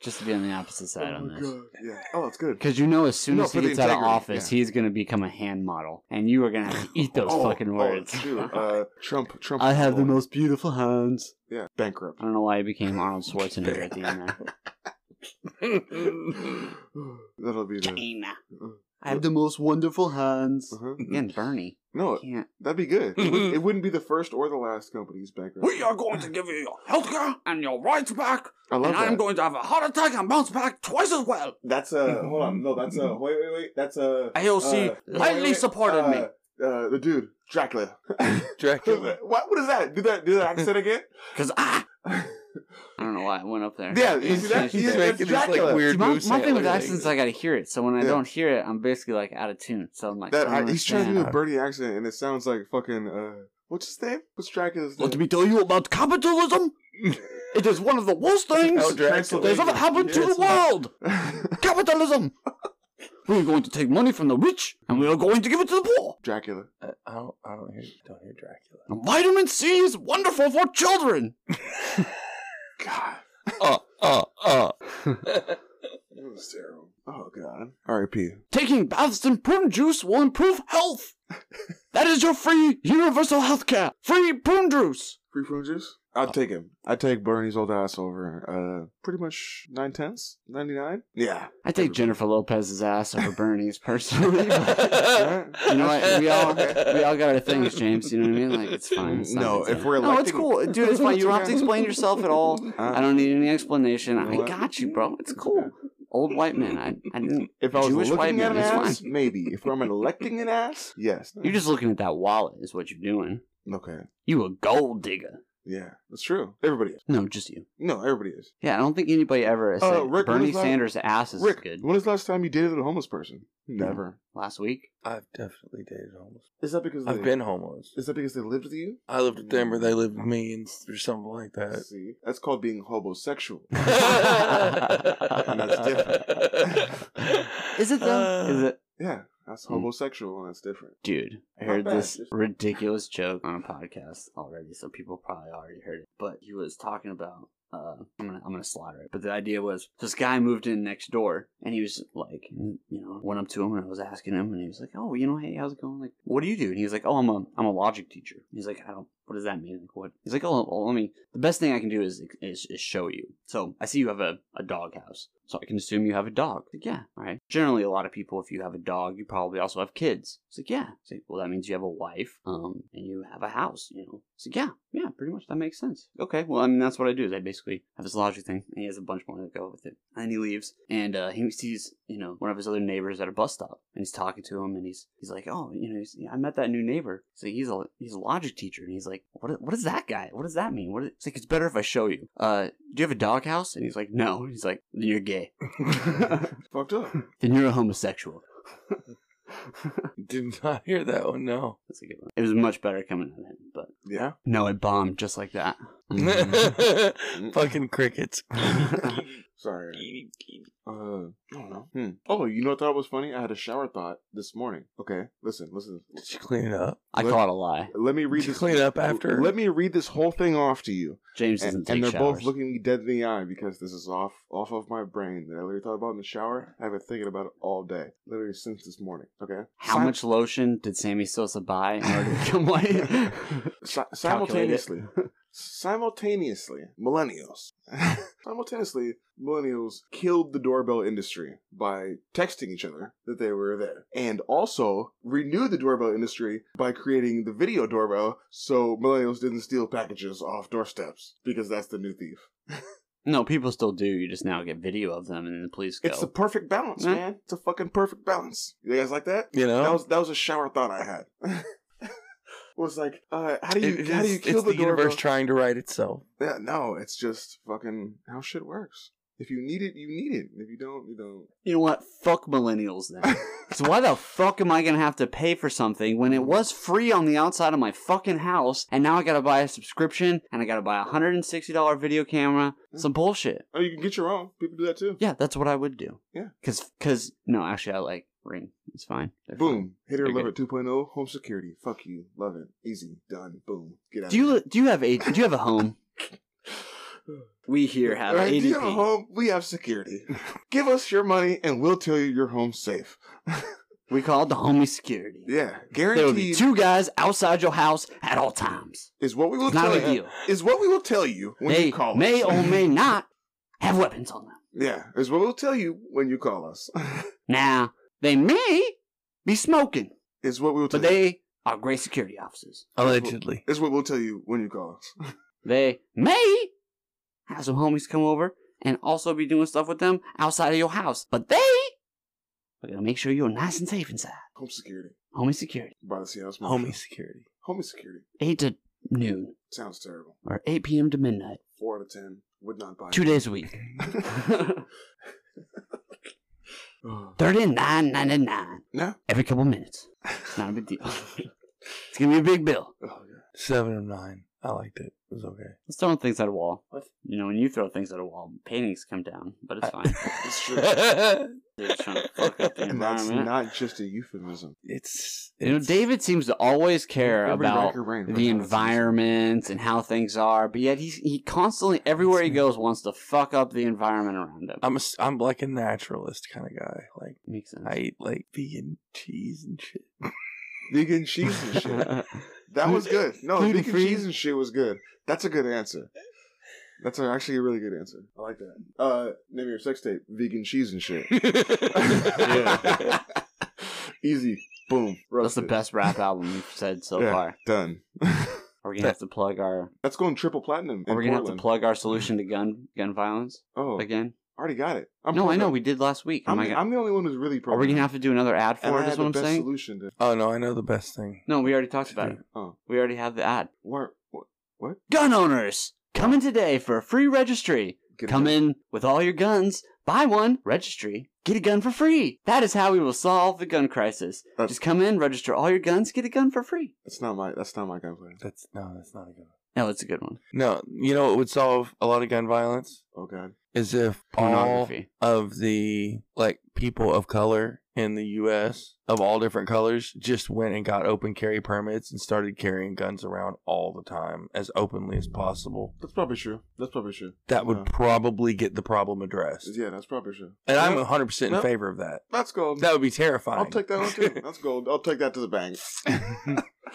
Just to be on the opposite side on this.
Yeah. Oh, that's good.
Because you know, as soon
No,
as he
for the
gets out of
integrity,
office, he's going to become a hand model, and you are going to have to eat [LAUGHS] those
Oh,
fucking
oh,
words. [LAUGHS]
dude, uh, Trump. Trump.
I have the
oh,
most beautiful hands.
Yeah. Bankrupt.
I don't know why he became [LAUGHS] Arnold Schwarzenegger at the end [LAUGHS] there.
[LAUGHS] That'll be the.
China.
Uh-huh.
I have the most wonderful hands. Again, Bernie.
No,
Can't.
that'd be good. It, would, it wouldn't be the first or the last company he's bankrupt.
are going to give you your health care and your rights back,
I love that.
going to have a heart attack and bounce back twice as well.
That's a hold on. No,
[LAUGHS]
that's a wait, wait, wait. That's uh, a
AOC lightly supported me.
me. Uh, the dude, [LAUGHS] Dracula.
Dracula.
what? What is that? Do that? Do that accent again?
Because ah, I don't know why it went up there.
yeah, you see that?
It's
He's,
just-
making
that's
this, like,
Dracula.
weird-
See, my,
moveset
my thing with
and everything.
accents, I gotta hear it. So when I
Yeah.
don't hear it, I'm basically like out of tune. So I'm like,
That
I don't
I, he's trying to do
understand.
a Bernie accent, and it sounds like fucking. Uh, what's his name? What's Dracula's name?
[LAUGHS] Let me tell you about
[LAUGHS]
capitalism. It is one of the worst things
Oh, Dracula.
that has ever happened to the world. Capitalism. We are going to take money from the rich and we are going to give it to the poor.
[LAUGHS] Dracula.
[LAUGHS] I I don't. I don't hear. Don't hear Dracula.
And vitamin C is wonderful for children.
God,
Uh. Uh. Uh.
that was terrible. Oh God. R.I.P.
Taking baths in prune juice will improve
[LAUGHS]
health. That is your free universal health care. Free prune juice.
Free prune juice. I'd take him. I'd take Bernie's old ass over. Uh, pretty much nine tenths, ninety nine. Yeah.
I take Jennifer Lopez's ass
[LAUGHS]
over Bernie's personally.
[LAUGHS]
You know what?
what?
We all [LAUGHS] we all got our things, James. You know what I mean? Like it's fine. It's not
no,
a big
if
deal.
we're
no, it's
electing,
cool, dude. It's fine. You don't have to
[LAUGHS]
explain yourself at all.
Uh,
I don't need any explanation.
You know
I
what?
got you, bro. It's cool. Old white man. I, I didn't.
If I was
Jewish white
looking
man
at an
is
ass, maybe. If I'm electing an ass, yes.
You're just looking at that wallet, is what you're doing.
okay.
You a gold digger?
Yeah, that's true. Everybody is.
No, just you.
No, everybody is.
Yeah, I don't think anybody ever has
Uh,
said
Rick, when
Bernie
was that-
Sanders' ass is
Rick,
good.
when is the last time you dated a homeless person?
Hmm.
Never.
Last
[LAUGHS]
week,
I've definitely dated homeless.
Is that because
I've
they-
been homeless.
Is that because they lived with you?
I lived with them, or they lived with me, and or something like that.
See, that's called being homosexual.
And
[LAUGHS]
that's different.
is it though? is it?
yeah, that's
Hmm.
homosexual, and
[LAUGHS]
that's different.
Dude, I
Not
heard
bad,
this
just-
ridiculous joke on a podcast already, so people probably already heard it. But he was talking about uh, I'm gonna I'm gonna slaughter it. But the idea was this guy moved in next door, and he was like, you know, went up to him and I was asking him, and he was like, oh, you know, hey, how's it going? Like, what do you do? And he was like, oh, I'm a I'm a logic teacher. He's like, I don't what does that mean? Like, what? He's like, oh, well, let me. The best thing I can do is is, is show you. So I see you have a, a dog house. So I can assume you have a dog. He's like, yeah, all right. Generally, a lot of people, if you have a dog, you probably also have kids. It's like, yeah. It's like, well, that means you have a wife, um, and you have a house. You know. It's like, yeah, yeah, pretty much. That makes sense. Okay. Well, I mean, that's what I do. Is I basically have this logic thing, and he has a bunch more to go with it. And then he leaves, and uh, he sees, you know, one of his other neighbors at a bus stop, and he's talking to him, and he's he's like, oh, you know, he's, I met that new neighbor. So he's a he's a logic teacher, and he's like, what what is that guy? What does that mean? What is, it's like? It's better if I show you. Uh, do you have a doghouse? And he's like, no. He's like, then you're gay.
Fucked up.
Then you're a homosexual.
Did not hear that one. No.
That's a good one. It was much better coming at him, but
Yeah.
no, it bombed just like that.
[LAUGHS]
[LAUGHS]
Mm-hmm. Fucking crickets.
[LAUGHS] Sorry. Uh, I don't know. Hmm. Oh, you know what I thought was funny? I had a shower thought this morning. Okay, listen, listen.
Did you clean it up?
I
Let-
call it a lie.
Let me read
Did you
this.
clean up after?
Let me read this whole thing off to you.
James doesn't
and,
take
and they're
showers.
both looking me dead in the eye because this is off off of my brain that I literally thought about in the shower. I've been thinking about it all day, literally since this morning. Okay,
How
Sim- [LAUGHS]
much lotion did Sammy Sosa buy in order to [LAUGHS] become white?
si- simultaneously, simultaneously, millennials, [LAUGHS] simultaneously, millennials killed the doorbell industry by texting each other that they were there, and also renewed the doorbell industry by creating the video doorbell so millennials didn't steal packages off doorsteps because that's the new thief.
no, people still do. You just now get video of them, and then the police go.
It's the perfect balance,
Yeah.
man. It's a fucking perfect balance. You guys like that?
you know?
That was that was a shower thought I had. [LAUGHS] It was like, uh, how do you
It-
how do you
it's-
kill
it's
the,
the universe
doorbell?
trying to write itself.
yeah, no, it's just fucking how shit works. If you need it, you need it. If you don't, you don't.
you know what? Fuck millennials then. [LAUGHS] Because why the fuck am I gonna have to pay for something when it was free on the outside of my fucking house, and now I gotta buy a subscription, and I gotta buy a hundred and sixty dollar video camera? Some bullshit.
[LAUGHS] oh, you can get your own. People do that too.
Yeah, that's what I would do.
Yeah.
Cause, cause no, actually, I like Ring. It's fine. They're
Boom. Hit or
They're
love it 2.0. oh, Home security. Fuck you. Love it. Easy. Done. Boom. Get
fine.
out
Do you do you have a do you have a home? We here have
All right, do you have a
ADP.
home? We have
[LAUGHS]
security. Give us your money and we'll tell you your home's safe.
We called the homie security.
Yeah.
There will be
Guaranteed
two guys outside your house at all times.
is what we will
It's not
tell
a
you.
big deal.
is what we will tell you when
They
you call
may
us.
or may not have weapons on them.
[LAUGHS] yeah, is what we'll tell you when you call us. [LAUGHS]
Now, they may be smoking,
is what we will tell
but
you.
they are great security officers.
Allegedly.
Is what we'll tell you when you call us. [LAUGHS]
They may have some homies come over and also be doing stuff with them outside of your house, but they are going to make sure you're nice and safe inside.
Home security.
Homie security.
By the Seattle Smurfs.
[LAUGHS] Homie security.
Homie security.
8 to noon,
Sounds terrible.
or 8 p.m. to midnight,
Four out of ten. Would not buy
two
it. [SIGHS]
days a
[LAUGHS]
week.
Ugh.
Thirty-nine ninety-nine
no.
every couple minutes. It's not a big deal. it's going to be a big bill.
Oh, yeah.
Seven of nine. I liked it. It was okay.
It's throwing things at a wall. You know, when you throw things at a wall, paintings come down, but it's
[LAUGHS]
[LAUGHS]
fine.
It's true.
it's
They're just trying to fuck up the
and that's
environment.
not just a euphemism.
[LAUGHS] it's
you know, David seems to always care
Everybody rack
about
your brain.
the environment and how things are, but yet he he constantly everywhere he goes wants to fuck up the environment around him.
I'm a s I'm like a naturalist kind of guy. Like
Makes sense.
I eat like vegan cheese and shit. [LAUGHS]
Vegan cheese
[LAUGHS]
and shit. That was good. No,
Gluten
vegan
free.
cheese and shit was good. That's a good answer. That's a- actually a really good answer. I like that. Uh, name of your sex tape: vegan cheese and shit. [LAUGHS]
[LAUGHS]
[LAUGHS] Yeah. Easy. Boom.
That's the
Roasted.
best
[LAUGHS]
rap album we've said so
Yeah.
far.
Done.
Are we gonna have to plug our?
That's going triple platinum.
Are
in
we gonna have
Portland.
to plug our solution to gun gun violence
Oh,
again?
already got it. I'm
no, I
pro-gun.
know we did last week.
I'm,
Am I
the,
gonna-
I'm the only one who's really pro.
are we gonna have to do another ad
And
for
I
it? Is what
had the
I'm
best
saying.
solution to.
oh no, I know the best thing.
No, we already talked about it.
Oh,
We already have the ad.
where? What? what?
Gun owners, come in today for a free registry.
Get
Come
it.
in with all your guns, buy one, registry, get a gun for free. That is how we will solve the gun crisis.
That's-
Just come in, register all your guns, get a gun for free.
That's not my. That's not my gun plan.
That's no, that's not a good one.
No, that's a good one.
No, you know what would solve a lot of gun violence
Oh God.
is if all
Pornography.
of the like people of color in the U.S. of all different colors just went and got open carry permits and started carrying guns around all the time as openly as possible.
That's probably true. That's probably true.
That would
Yeah.
probably get the problem addressed.
Yeah, that's probably true.
And I'm
Yep.
100% in
Yep.
favor of that.
That's gold.
That would be terrifying.
[LAUGHS] I'll take that one too. That's gold. I'll take that to the bank.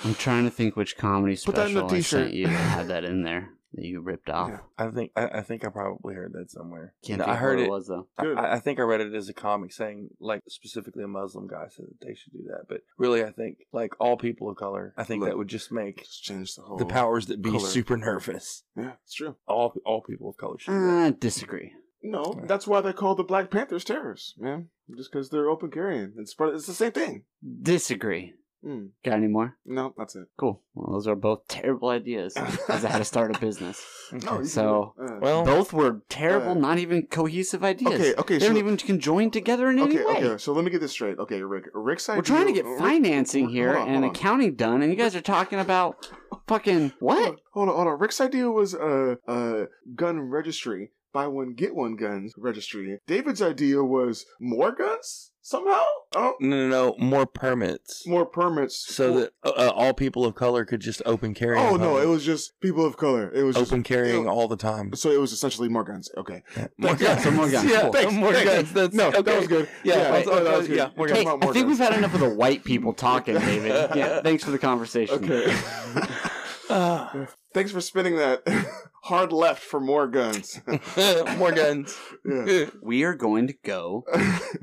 I'm trying to think which comedy
Put that in
special
the
I sent
t-shirt.
you that
[LAUGHS]
had that in there that you ripped off.
Yeah.
[LAUGHS] I think I, I think I probably heard that somewhere.
Can't
No,
think
I
of
heard
what
it.
was though.
I-
Good.
I, I think I read it as a comic saying, like, specifically a Muslim guy said that they should do that. But really, I think, like, all people of color, I think
Look.
that would just make
Just change the whole.
the powers that be
color.
super nervous.
Yeah, it's true.
All all people of color should do that.
Uh, disagree.
No,
Yeah.
that's why they call the Black Panthers terrorists, man. Just because they're open carrying. It's part. It's the same thing.
Disagree.
Mm.
Got any more?
No, that's it.
Cool. Well, those are both terrible
[LAUGHS]
ideas as to how to start a business.
No, you
So-
can- uh,
[LAUGHS] Well,
Both were terrible,
Uh,
not even cohesive ideas.
okay, okay,
They don't
so-
even conjoin together in
okay,
any way.
okay. So let me get this straight. Okay, Rick. Rick's idea.
We're trying to get
Rick-
financing
hold
here
on,
and
hold on.
accounting done, and you guys are talking about fucking what?
Hold on, hold on. Rick's idea was a uh, uh, gun registry, buy one get one guns registry. David's idea was more guns somehow. Oh,
no, no, no, more permits.
more permits.
so that uh, uh, all people of color could just open carry.
Oh
in
no,
public.
it was just people of color. It was
open carrying
it-
all the time.
Just, so it was essentially more guns. Okay.
More
Yeah,
guns,
some more guns.
[LAUGHS] Yeah,
Cool.
Thanks,
more
thanks.
guns. That's
No,
okay.
that was good.
Yeah,
right.
no, that was
Yeah, more
Okay,
Hey,
more-
I
more
think we've
guns.
had enough of the white people talking, David.
[LAUGHS]
Yeah, thanks for the conversation.
Ah.
Okay. thanks for spinning that [LAUGHS] hard left for more guns.
[LAUGHS]
[LAUGHS]
more guns.
yeah.
We are going to go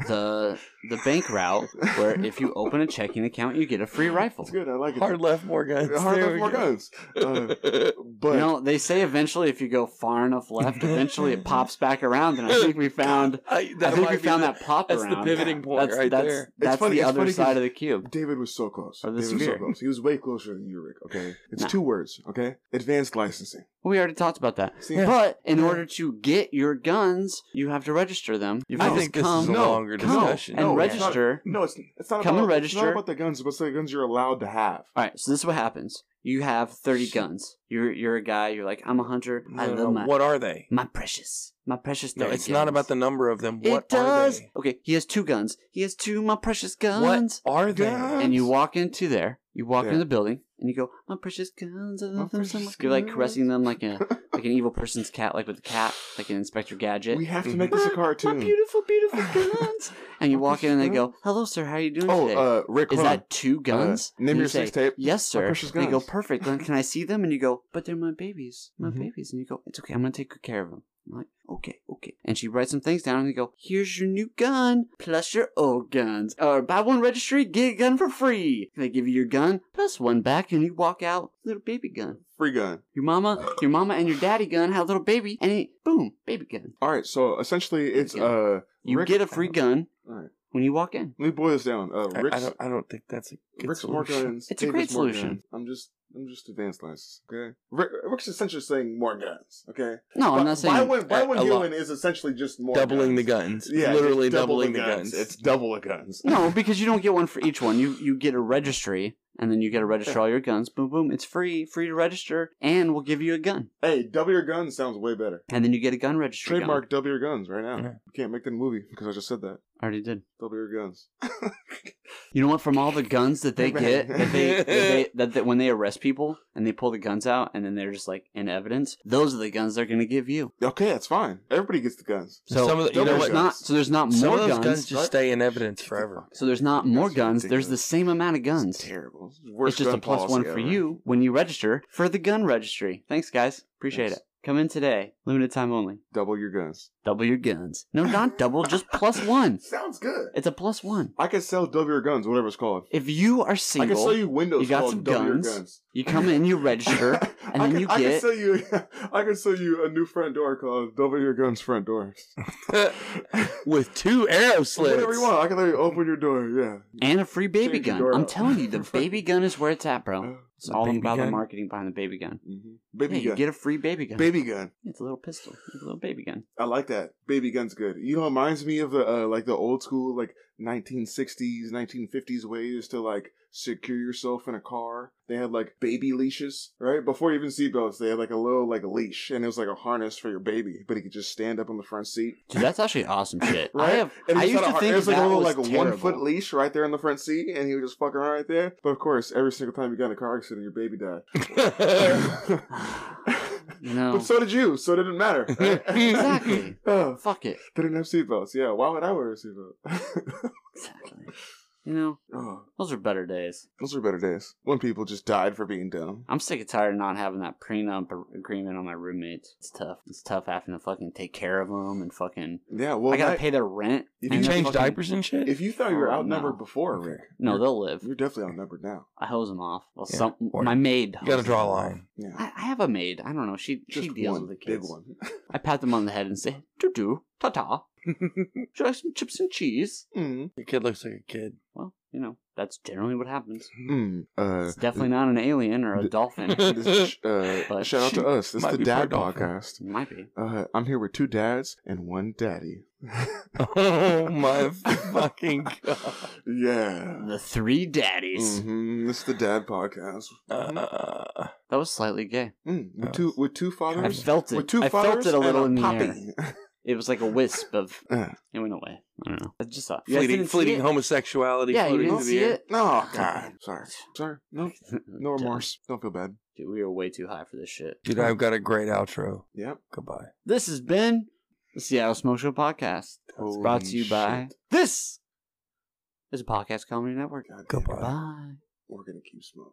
the the bank route where if you open a checking account, you get a
[LAUGHS]
free rifle.
It's good. I like it.
Hard left,
[LAUGHS]
more guns.
Hard
There
left,
we
more
go.
guns. Uh, but
You know, they say eventually if you go far enough left, eventually it pops back around, and I think we
[LAUGHS]
found.
[LAUGHS] I,
I think we
might be
found
the-
that pop
That's
around.
the pivoting point
that's,
right
that's,
there.
That's
funny-
the
it's
other
funny 'cause-
side of the cube.
David was so close.
Or the
David was so
sphere.
close. He was way closer than you, Rick. Okay, it's
Nah.
two words. Okay, advanced licensing.
We already talked about that.
See,
Yeah.
But in
Yeah.
order to get your guns, you have to register them. You
I
must
think this
come
is a
No,
longer
come
discussion.
and
No, it's not-
register.
no, it's it's not
Come
about
and
It's
register.
not about the guns. It's about the guns you're allowed to have.
All right, so this is what happens. You have 30 guns. You're you're a guy, you're like, I'm a hunter. I
No, no,
love
no.
my,
What are they?
my precious. My precious 30
No, it's not
guns.
about the number of them. What
It does.
are they?
Okay, he has two guns. He has two my precious guns.
What are they?
Guns.
And you walk into there. You walk
Yeah.
into the building and you go, "My precious guns." I love
My
them so
precious
much. You're like
guns.
caressing them like
[LAUGHS]
a like an evil person's cat, like with a cat, like an Inspector Gadget.
We have to
Mhm.
make this a
Mm-hmm. My
cartoon.
beautiful,
[LAUGHS]
beautiful guns. and you
My
walk in and they
precious
go, "Hello, sir. How are you doing
Oh,
today?"
uh, Rick,
Is
hold on.
that two guns?
name
And you
your
say,
sextape,
Yes,
My
sir.
precious
They go
guns. Mm-hmm.
perfect. Then can I see them? And you go, but they're my babies, my
Mhm.
babies. And you go, it's okay. I'm gonna take good care of them. I'm like, okay, okay. And she writes some things down, and you go, here's your new gun plus your old guns, or buy one registry, get a gun for free. They give you your gun plus one back, and you walk out, little baby gun.
Free gun.
Your mama, your mama, and your daddy gun had a little baby, and it, boom, baby gun.
All right, so essentially, it's
Yeah.
uh,
You
Rick-
get a
[LAUGHS]
free gun
All right,
when you walk in.
let me boil this down. Uh,
I, I
Rick's,
don't, I don't think that's a good
Rick's more
solution.
guns.
[LAUGHS] It's a great
more
solution.
guns. I'm just, I'm just advanced license. Okay, Rick, Rick's essentially saying more guns. Okay,
No, I'm not saying.
Why would why
a-
would
a lot.
Gillen is essentially just more
Doubling the
guns.
guns.
Yeah,
literally
just double
doubling the guns.
It's double the guns.
No, because you don't get one for each one. You you get a registry, and then you get to register all your guns. Boom, boom. It's free, free to register, and we'll give you a gun,
Hey, double your guns sounds way better.
and then you get a gun registry. gun.
Trademark double your guns right now.
Yeah.
You can't make the movie because I just said that.
I already did.
Double your guns.
You know what? From all the guns that they
Right.
get, that they, that they that, that when they arrest people and they pull the guns out, and then they're just like in evidence. Those are the guns they're going to give you.
Okay, that's fine. Everybody gets the guns.
So
Some of the-
you know
there's
what?
not. So there's not
Some
more
of those
guns.
guns, just
right?
stay in evidence forever.
so there's not
You
more
guys are
guns. There's the
ridiculous.
same amount of guns.
It's terrible. Worst
it's just a
gun
plus
policy
one for
ever.
you when you register for the gun registry. Thanks, guys. Appreciate
Thanks.
it. Come in today. Limited time only.
Double your guns.
Double your guns.
[LAUGHS]
No, not double, just plus one.
Sounds good.
It's a plus one.
I can sell double your guns, whatever it's called.
If you are
I can
single,
sell
you,
you windows
You got
called
some
double your
guns. [LAUGHS]
guns.
come in, you
[LAUGHS]
register,
I
and then
can-
you
I can
get.
sell you [LAUGHS] I can sell you a new front door called double your guns front door.
[LAUGHS] With two arrow slits.
Whatever you want, I can let you open your door. Yeah.
And a free baby
Change your
gun.
door
I'm
up.
telling you, the
[LAUGHS]
baby gun is where it's at, bro. It's
The
all
baby
about the
gun?
marketing behind the baby gun.
Mhm. Baby
Yeah, you
gun.
get a free baby gun.
Baby gun.
It's a little pistol. It's a little baby gun.
I like that. Baby gun's good. You know, it reminds me of the uh, like the old school like 1960s, 1950s ways to like secure yourself in a car. They had like baby leashes, right? Before even seatbelts, they had like a little like leash, and it was like a harness for your baby, but he could just stand up on the front seat.
Dude, that's actually awesome shit.
Right?
I have.
And
I
he
used
just had
to
a-
think
it was like
that
a little
was
like
terrible.
one foot leash right there in the front seat, and he would just fuck around right there. But of course, every single time you got in a car accident, your baby died.
You know.
But so did you, so it didn't
[LAUGHS]
matter. right?
Exactly.
[LAUGHS] Oh,
Fuck it.
didn't have seatbelts. Yeah, why would I wear a seatbelt? [LAUGHS]
Exactly. [LAUGHS] You know,
Oh,
those are better days.
those were better days when people just died for being dumb.
I'm sick and tired of not having that prenup ar- agreement on my roommates. It's tough. It's tough having to fucking take care of them and fucking.
Yeah, well,
I gotta
that-
pay their rent.
If
and
You
you
their
change
fucking-
diapers and shit?
if you thought you were
Oh,
outnumbered
no.
before,
Okay.
Rick,
No,
you're,
they'll live.
you're definitely outnumbered now.
I hose them off. Well,
Yeah,
some
or-
my maid.
[LAUGHS] you gotta
hoses
draw a
them off.
line.
Yeah,
I, I have a maid. I don't know. She
just
she deals
one
with the kids.
big one.
I pat them on the head and say, "Doo doo, ta
[LAUGHS]
ta." Would you like some chips and cheese?
mm.
Your kid looks like a kid.
Well, you know that's generally what happens.
Mm. Uh,
It's definitely not an alien or a
[LAUGHS]
the-
dolphin. [LAUGHS]
this, uh,
But
shout out to us. This
might
is
be
the Dad
for a dolphin.
Podcast.
Might be.
Uh, I'm here with two dads and one daddy.
[LAUGHS] Oh my
[LAUGHS]
fucking god.
Yeah.
The three daddies.
hmm This is the Dad Podcast.
Uh-huh.
Uh,
That was slightly gay.
Mm. With
Oh.
two with two
I
fathers.
felt
With
it.
two
I felt
fathers
it a little in
and
the
a
air.
puppy. [LAUGHS]
It was like a wisp of.
Yeah.
It went away. I don't know. It just uh, you guys
fleeting
didn't see
fleeting
it?
homosexuality
Yeah, you
floating
didn't
into the
see
air.
it.
Oh God.
[LAUGHS] God.
Sorry. Sorry. No. No remorse. Don't feel bad.
Dude, we are way too high for this shit.
Dude, I've got a great outro.
Yep.
Goodbye.
This has been the Seattle Smoke Show podcast. It's
Holy
brought to you by
shit.
this is a podcast comedy network.
God damn it.
Goodbye.
Bye.
We're gonna keep smoking.